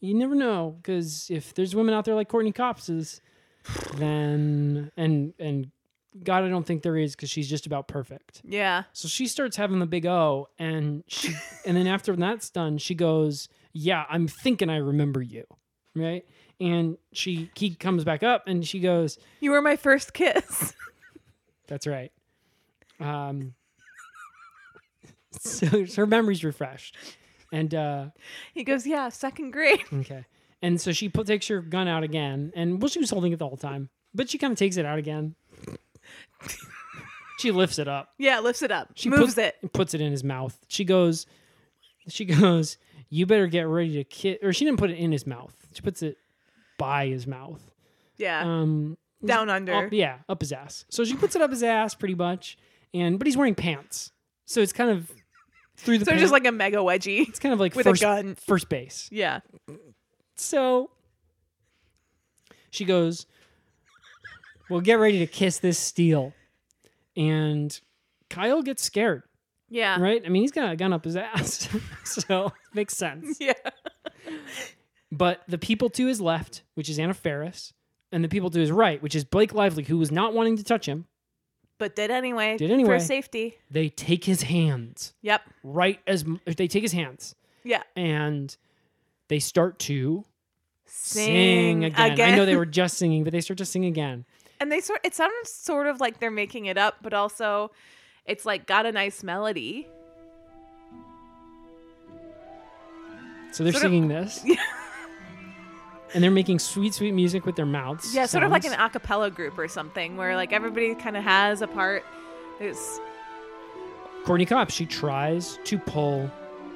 S1: you never know because if there's women out there like Courtney Copses, then and and God, I don't think there is because she's just about perfect.
S2: Yeah.
S1: So she starts having the big O, and she and then after that's done, she goes, "Yeah, I'm thinking I remember you," right? And she he comes back up and she goes,
S2: You were my first kiss.
S1: "That's right." Um. So her memory's refreshed, and uh,
S2: he goes, Yeah, second grade.
S1: Okay. And so she put, takes her gun out again, and well, she was holding it the whole time, but she kind of takes it out again. she lifts it up.
S2: Yeah, lifts it up.
S1: She
S2: moves
S1: puts,
S2: it.
S1: Puts it in his mouth. She goes, she goes, you better get ready to kiss. Or she didn't put it in his mouth. She puts it by his mouth.
S2: Yeah.
S1: Um,
S2: down under.
S1: up- yeah, up his ass. So she puts it up his ass pretty much, and but he's wearing pants, so it's kind of through the.
S2: So
S1: pant-
S2: just like a mega wedgie.
S1: it's kind of like
S2: with a
S1: first,
S2: gun.
S1: first base.
S2: Yeah.
S1: So she goes, Well, get ready to kiss this steel. And Kyle gets scared,
S2: Yeah.
S1: right? I mean, he's got a gun up his ass. so makes sense.
S2: Yeah.
S1: But the people to his left, which is Anna Ferris, and the people to his right, which is Blake Lively, who was not wanting to touch him,
S2: But did anyway.
S1: Did anyway.
S2: For safety.
S1: they take his hands
S2: Yep.
S1: right as they take his hands
S2: Yeah.
S1: and they start to
S2: Sing,
S1: sing, again. I know they were just singing, but they start to sing again.
S2: And they sort it sounds sort of like they're making it up, but also it's like got a nice melody.
S1: So they're
S2: Sort of-
S1: singing this. and they're making sweet, sweet music with their mouths.
S2: Yeah, sort of like an
S1: sounds.
S2: a cappella group or something where like everybody kind of has a part. It's
S1: Courtney Cobb, she tries to pull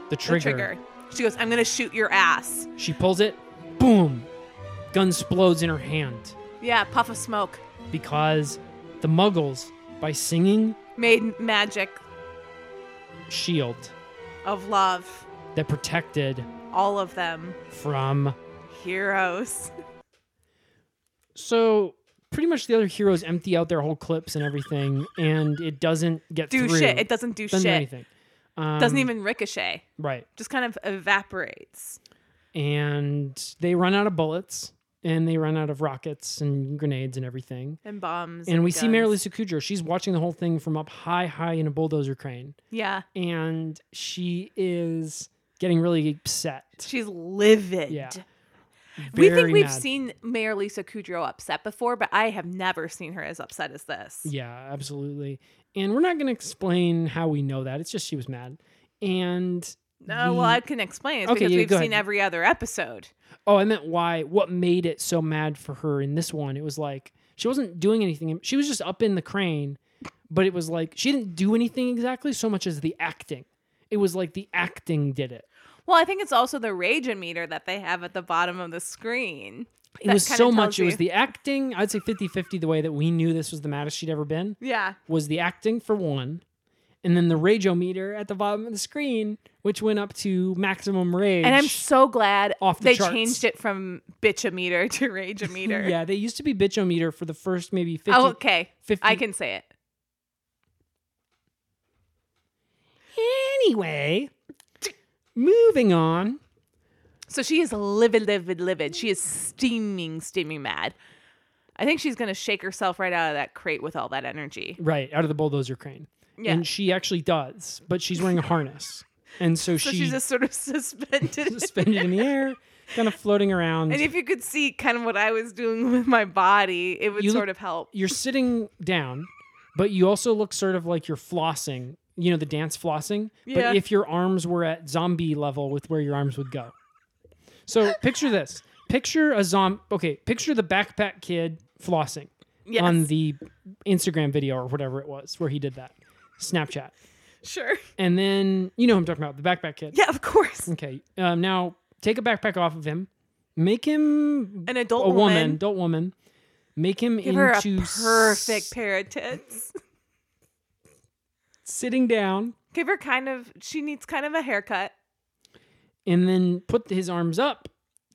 S1: the
S2: the
S1: trigger.
S2: trigger. She goes, "I'm going to shoot your ass."
S1: She pulls it, boom, gun explodes in her hand
S2: Yeah, puff of smoke.
S1: because the muggles, by singing
S2: Made magic
S1: Shield,
S2: of love
S1: that protected
S2: all of them
S1: from.
S2: heroes.
S1: So pretty much the other heroes empty out their whole clips and everything, and it doesn't get
S2: Do
S1: through.
S2: shit. It doesn't do
S1: doesn't do
S2: shit.
S1: anything. Um,
S2: Doesn't even ricochet.
S1: Right.
S2: Just kind of evaporates.
S1: and they run out of bullets and they run out of rockets and grenades and everything.
S2: and bombs.
S1: And we see Mary
S2: guns.
S1: Lisa Kudrow. She's watching the whole thing from up high, high in a bulldozer crane,
S2: Yeah,
S1: and she is getting really upset.
S2: she's livid.
S1: Yeah.
S2: we
S1: Very
S2: think we've
S1: mad.
S2: seen Mayor Lisa Kudrow upset before, but I have never seen her as upset as this.
S1: Yeah, absolutely. And we're not going to explain how we know that. It's just she was mad. And
S2: No, Uh, well,
S1: the-
S2: I can explain. It's
S1: Okay,
S2: because
S1: yeah,
S2: we've
S1: go
S2: seen
S1: ahead.
S2: every other episode.
S1: Oh, I meant why. What made it so mad for her in this one? It was like she wasn't doing anything. She was just up in the crane, but it was like she didn't do anything exactly so much as the acting. It was like the acting did it.
S2: Well, I think it's also the rage meter that they have at the bottom of the screen.
S1: It
S2: That
S1: was
S2: kinda
S1: so much.
S2: tells
S1: It was
S2: you-
S1: the acting. I'd say 50 50 the way that we knew this was the maddest she'd ever been
S2: Yeah.
S1: was the acting for one, and then the rageometer at the bottom of the screen, which went up to maximum rage.
S2: And I'm so glad
S1: Off the
S2: they
S1: charts.
S2: changed it from bitch meter to rage meter.
S1: yeah, they used to be bitchometer for the first maybe 50.
S2: Oh, okay.
S1: 50
S2: I can say it.
S1: Anyway, moving on.
S2: So she is livid, livid, livid. She is steaming, steaming mad. I think she's going to shake herself right out of that crate with all that energy.
S1: Right, out of the bulldozer crane.
S2: Yeah.
S1: And she actually does, but she's wearing a harness. And so,
S2: so
S1: she
S2: she's just sort of suspended.
S1: suspended in the air, kind of floating around.
S2: and if you could see kind of what I was doing with my body, it would
S1: You look-
S2: sort of help.
S1: you're sitting down, but you also look sort of like you're flossing, you know, the dance flossing.
S2: Yeah.
S1: But if your arms were at zombie level with where your arms would go. So picture this. Picture a zombie. Okay, picture the backpack kid flossing
S2: Yes.
S1: on the Instagram video or whatever it was where he did that. Snapchat.
S2: sure.
S1: And then, you know who I'm talking about, the backpack kid.
S2: Yeah, of course.
S1: Okay. Um, now take a backpack off of him. Make him
S2: An adult
S1: a woman,
S2: woman.
S1: adult woman. Make him
S2: Give
S1: into
S2: her a
S1: s-
S2: perfect pair of tits.
S1: sitting down,
S2: Give her kind of, she needs kind of a haircut.
S1: and then put his arms up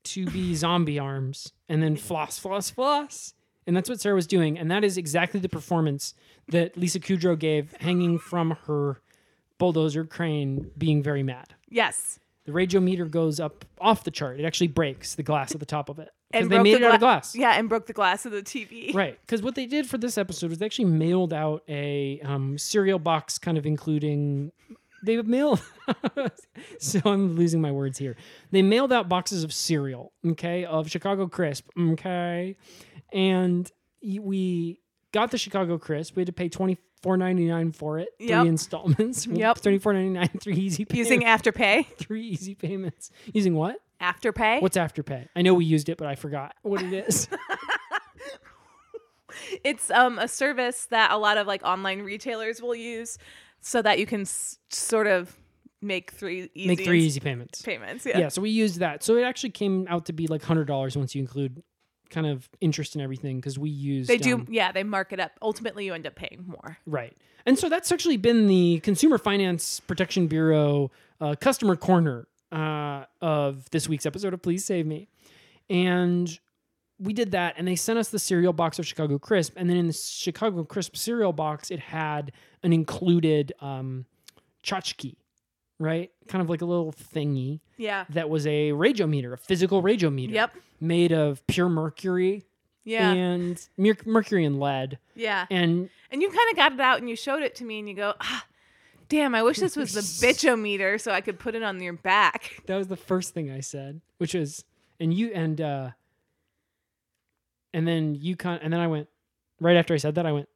S1: to be zombie arms, and then floss, floss, floss. And that's what Sarah was doing, and that is exactly the performance that Lisa Kudrow gave, hanging from her bulldozer crane, being very mad.
S2: Yes.
S1: The radiometer goes up off the chart; it actually breaks the glass at the top of it because
S2: And
S1: they
S2: broke
S1: made
S2: the
S1: it out of
S2: gla-
S1: glass.
S2: Yeah, and broke the glass of the TV.
S1: Right, because what they did for this episode was they actually mailed out a um, cereal box, kind of including they would mail. so I'm losing my words here. They mailed out boxes of cereal, okay, of Chicago Crisp, okay, and y- we got the Chicago Crisp. We had to pay twenty four ninety nine for it, three
S2: Yep.
S1: installments.
S2: Yep.
S1: thirty four ninety nine, three easy payments,
S2: Using Afterpay.
S1: three easy payments. Using what?
S2: Afterpay.
S1: What's Afterpay? I know we used it, but I forgot what it is.
S2: It's um a service that a lot of like online retailers will use so that you can s- sort of make three easy
S1: Make three easy payments.
S2: payments.
S1: yeah.
S2: Yeah.
S1: so we used that so it actually came out to be like $100 once you include kind of interest and everything because we used
S2: They do
S1: um,
S2: yeah, they mark it up. Ultimately you end up paying more.
S1: right and so that's actually been the consumer finance protection bureau uh, customer corner uh, of this week's episode of please save me and we did that and they sent us the cereal box of chicago crisp and then in the chicago crisp cereal box it had an included um, tchotchke right kind of like a little thingy
S2: Yeah.
S1: that was a radiometer, a physical radiometer.
S2: Yep.
S1: Made of pure mercury
S2: Yeah.
S1: and mer- mercury and lead.
S2: yeah.
S1: And
S2: And you kind of got it out and you showed it to me and you go, "Ah, damn, I wish this was the bitchometer so I could put it on your back."
S1: that was the first thing I said, which was, and you, and, uh, and then you con, and then I went, right after I said that, I went,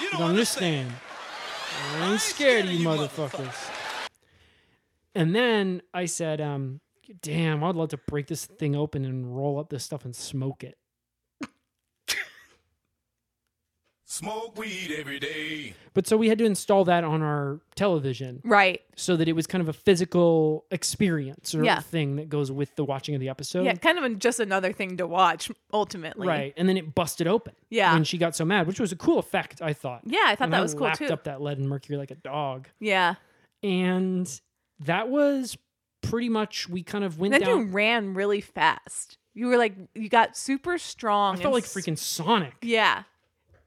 S5: You
S1: "You don't understand. I ain't scared of you motherfuckers. And then I said, um, damn, I'd love to break this thing open and roll up this stuff and smoke it.
S5: Smoke weed every day.
S1: But so we had to install that on our television.
S2: Right.
S1: so that it was kind of a physical experience or
S2: Yeah.
S1: thing that goes with the watching of the episode.
S2: Yeah, kind of just another thing to watch ultimately.
S1: Right. And then it busted open.
S2: Yeah.
S1: When she got so mad, which was a cool effect, I thought.
S2: Yeah, I thought
S1: And
S2: that was cool,
S1: lapped
S2: too.
S1: up that lead and mercury like a dog.
S2: Yeah.
S1: And that was pretty much we kind of went
S2: then
S1: down
S2: you ran really fast. You were like, you got super strong.
S1: I
S2: and
S1: felt like
S2: s-
S1: freaking Sonic.
S2: Yeah.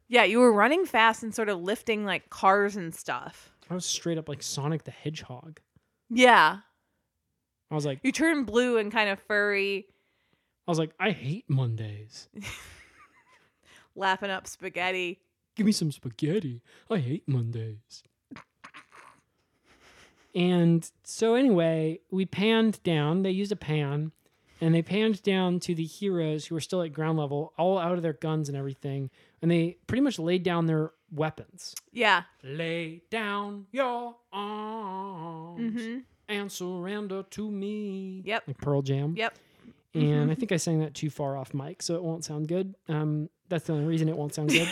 S2: Yeah, you were running fast and sort of lifting like cars and stuff.
S1: I was straight up like Sonic the Hedgehog.
S2: Yeah.
S1: I was like,
S2: You turn blue and kind of furry,
S1: I was like, I hate Mondays.
S2: lapping up spaghetti.
S1: Give me some spaghetti. I hate Mondays. And so anyway, we panned down. They used a pan, and they panned down to the heroes who were still at ground level, all out of their guns and everything. And they pretty much laid down their weapons.
S2: Yeah.
S1: Lay down your arms
S2: hmm
S1: and surrender to me.
S2: Yep.
S1: Like Pearl Jam.
S2: Yep. Mm-hmm.
S1: and I think I sang that too far off mic, so it won't sound good. Um, that's the only reason it won't sound good.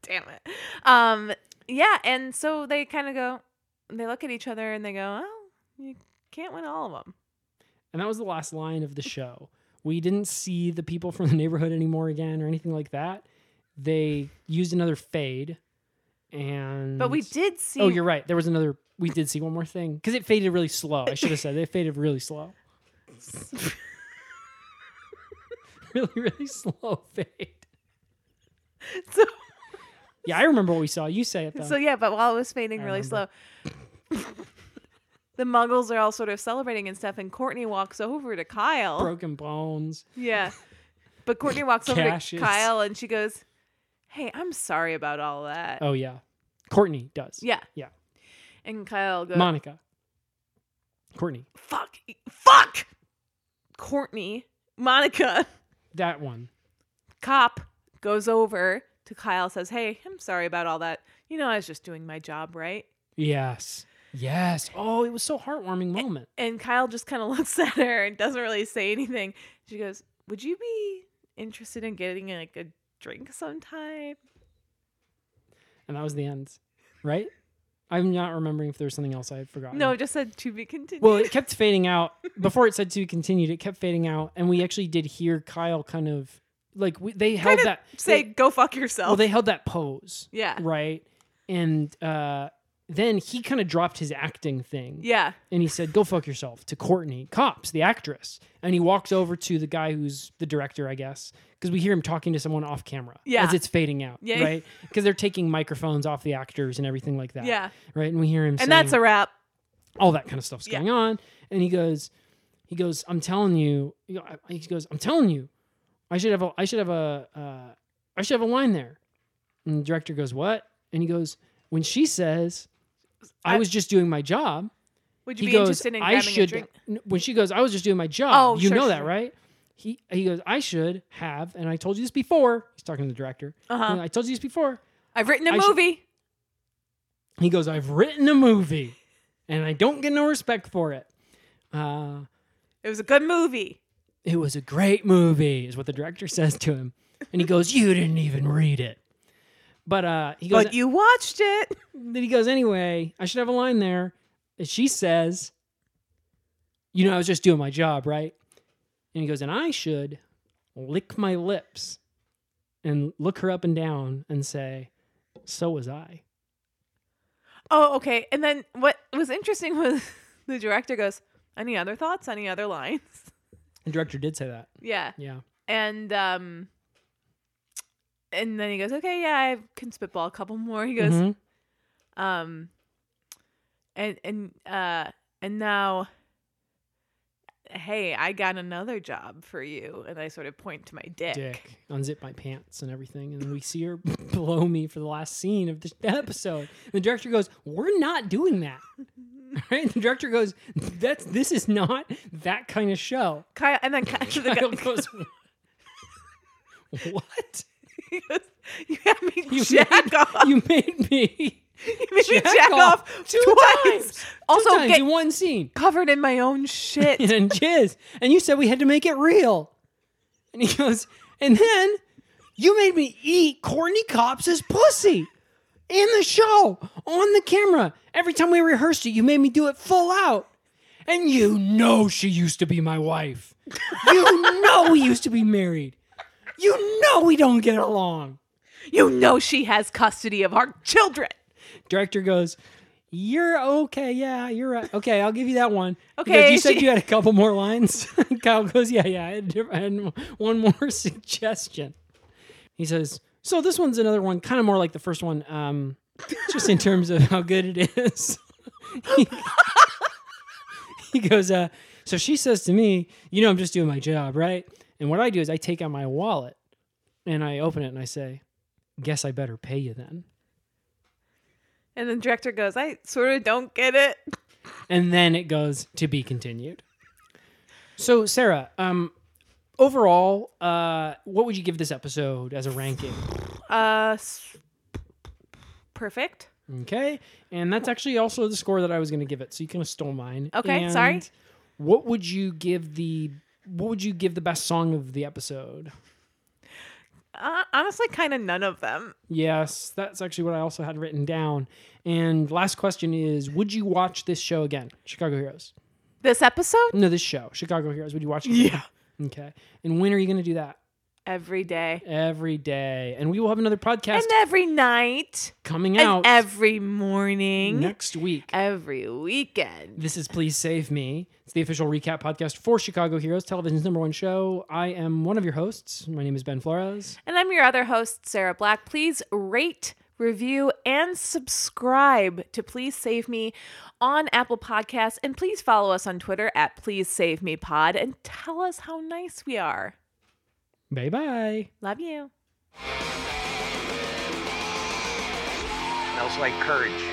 S2: Damn it. Um. Yeah. And so they kind of go. They look at each other and they go, "Oh, you can't win all of them."
S1: and that was the last line of the show. We didn't see the people from the neighborhood anymore again or anything like that. They used another fade, and
S2: But we did see.
S1: Oh, you're right. There was another. We did see one more thing because it faded really slow. I should have said it faded really slow. really, really slow fade.
S2: So,
S1: Yeah, I remember what we saw. You say it though.
S2: so yeah. But while it was fading
S1: I
S2: really slow.
S1: remember.
S2: The muggles are all sort of celebrating and stuff, and Courtney walks over to Kyle.
S1: Broken bones.
S2: Yeah. But Courtney walks over to
S1: Cassius.
S2: Kyle and she goes, Hey, I'm sorry about all that.
S1: Oh yeah, Courtney does.
S2: Yeah.
S1: Yeah.
S2: And Kyle goes,
S1: Monica. Courtney.
S2: Fuck. Fuck. Courtney, Monica,
S1: That one.
S2: cop, goes over to Kyle, says, Hey, I'm sorry about all that. You know, I was just doing my job, right?
S1: Yes. Yes. Oh, it was so heartwarming moment.
S2: And Kyle just kind of looks at her and doesn't really say anything. She goes, Would you be interested in getting like a drink sometime?
S1: And that was the end. Right? I'm not remembering if there was something else I had forgotten.
S2: No, it just said to be continued.
S1: Um, Well, it kept fading out. Before it said to be continued, it kept fading out. And we actually did hear Kyle kind of like we, they held
S2: Kinda
S1: that
S2: say,
S1: they-
S2: Go fuck yourself.
S1: well, they held that pose.
S2: Yeah.
S1: Right. And uh then he kind of dropped his acting thing.
S2: Yeah.
S1: and he said, "Go fuck yourself" to Courtney Cops, the actress. And he walks over to the guy who's the director, I guess, because we hear him talking to someone off camera
S2: Yeah.
S1: as it's fading out,
S2: Yeah.
S1: right? Because they're taking microphones off the actors and everything like that,
S2: Yeah.
S1: right? And we hear him,
S2: And that's a wrap.
S1: all that kind of stuff's
S2: Yeah.
S1: going on. And he goes, he goes, I'm telling you, you know, I- he goes, I'm telling you, I should have a, I should have a, uh, I should have a line there. And the director goes, what? And he goes, when she says, I
S2: I-
S1: was just doing my job.
S2: Would you
S1: he
S2: be
S1: goes,
S2: interested in
S1: I
S2: grabbing a
S1: should.
S2: drink?
S1: n- When she goes, I was just doing my job.
S2: Oh,
S1: you
S2: sure,
S1: know
S2: sure,
S1: that,
S2: sure.
S1: right? He he goes, I should have, and I told you this before. He's talking to the director.
S2: Uh-huh.
S1: "You know, I told you this before.
S2: I've written a
S1: I should-
S2: movie.
S1: He goes, I've written a movie, and I don't get no respect for it. Uh,
S2: It was a good movie.
S1: it was a great movie, is what the director says to him, and he goes, you didn't even read it. But uh, he goes,
S2: But you watched it.
S1: then he goes, anyway, I should have a line there. And she says, You know, I was just doing my job, right? And he goes, And I should lick my lips and look her up and down and say, So was I.
S2: Oh, okay. And then what was interesting was the director goes, Any other thoughts? Any other lines?
S1: The director did say that.
S2: Yeah.
S1: Yeah.
S2: And um and then he goes, Okay, yeah, I can spitball a couple more. He goes,
S1: Mhm.
S2: um and and uh and now hey, I got another job for you. And I sort of point to my
S1: Dick. Unzip my pants and everything. And we see her below me for the last scene of this episode. And the director goes, We're not doing that. Right? The director goes, That's this is not that kind of show.
S2: Kyle, and then Kyle, the
S1: Kyle
S2: guy,
S1: goes, "What?
S2: he goes, you had me
S1: You
S2: jack
S1: made,
S2: off. You
S1: You made me
S2: made me jack off,
S1: two
S2: twice.
S1: times.
S2: Also,
S1: two times
S2: get
S1: in one scene
S2: covered in my own shit.
S1: and jizz. And you said we had to make it real. And he goes, and then you made me eat Courtney Cops' pussy in the show on the camera. Every time we rehearsed it, you made me do it full out. And you know she used to be my wife. You know we used to be married. You know we don't get along.
S2: you know she has custody of our children.
S1: Director goes, You're okay. Yeah, you're right. Okay, I'll give you that one. He goes,
S2: Okay,
S1: you said
S2: she-
S1: you had a couple more lines. Kyle goes, Yeah, yeah. I had, I had one more suggestion. He says, So this one's another one, kind of more like the first one, um, just in terms of how good it is. he goes, uh, so she says to me, you know, I'm just doing my job, right? And what I do is I take out my wallet and I open it and I say, guess I better pay you then.
S2: And the director goes, I sort of don't get it.
S1: and then it goes to be continued. So, Sarah, um, overall, uh, what would you give this episode as a ranking?
S2: Uh, s- perfect.
S1: Okay, and that's actually also the score that I was going to give it. So you kind of stole mine.
S2: Okay,
S1: And
S2: sorry.
S1: What would you give the What would you give the best song of the episode?
S2: Uh, honestly, kind of none of them.
S1: Yes, that's actually what I also had written down. And last question is: Would you watch this show again, Chicago Heroes?
S2: This episode,
S1: No, this show, Chicago Heroes. Would you watch it? Yeah. Okay. And when are you going to do that?
S2: every day,
S1: every day. And we will have another podcast
S2: and every night,
S1: coming out
S2: and every morning,
S1: next week.
S2: every weekend.
S1: This is Please Save Me. It's the official recap podcast for Chicago Heroes, television's number one show. I am one of your hosts. My name is Ben Flores.
S2: And I'm your other host, Sarah Black. Please rate, review, and subscribe to Please Save Me on Apple Podcasts. And please follow us on Twitter at Please Save Me Pod and tell us how nice we are.
S1: Bye bye.
S2: Love you.
S7: Smells like courage.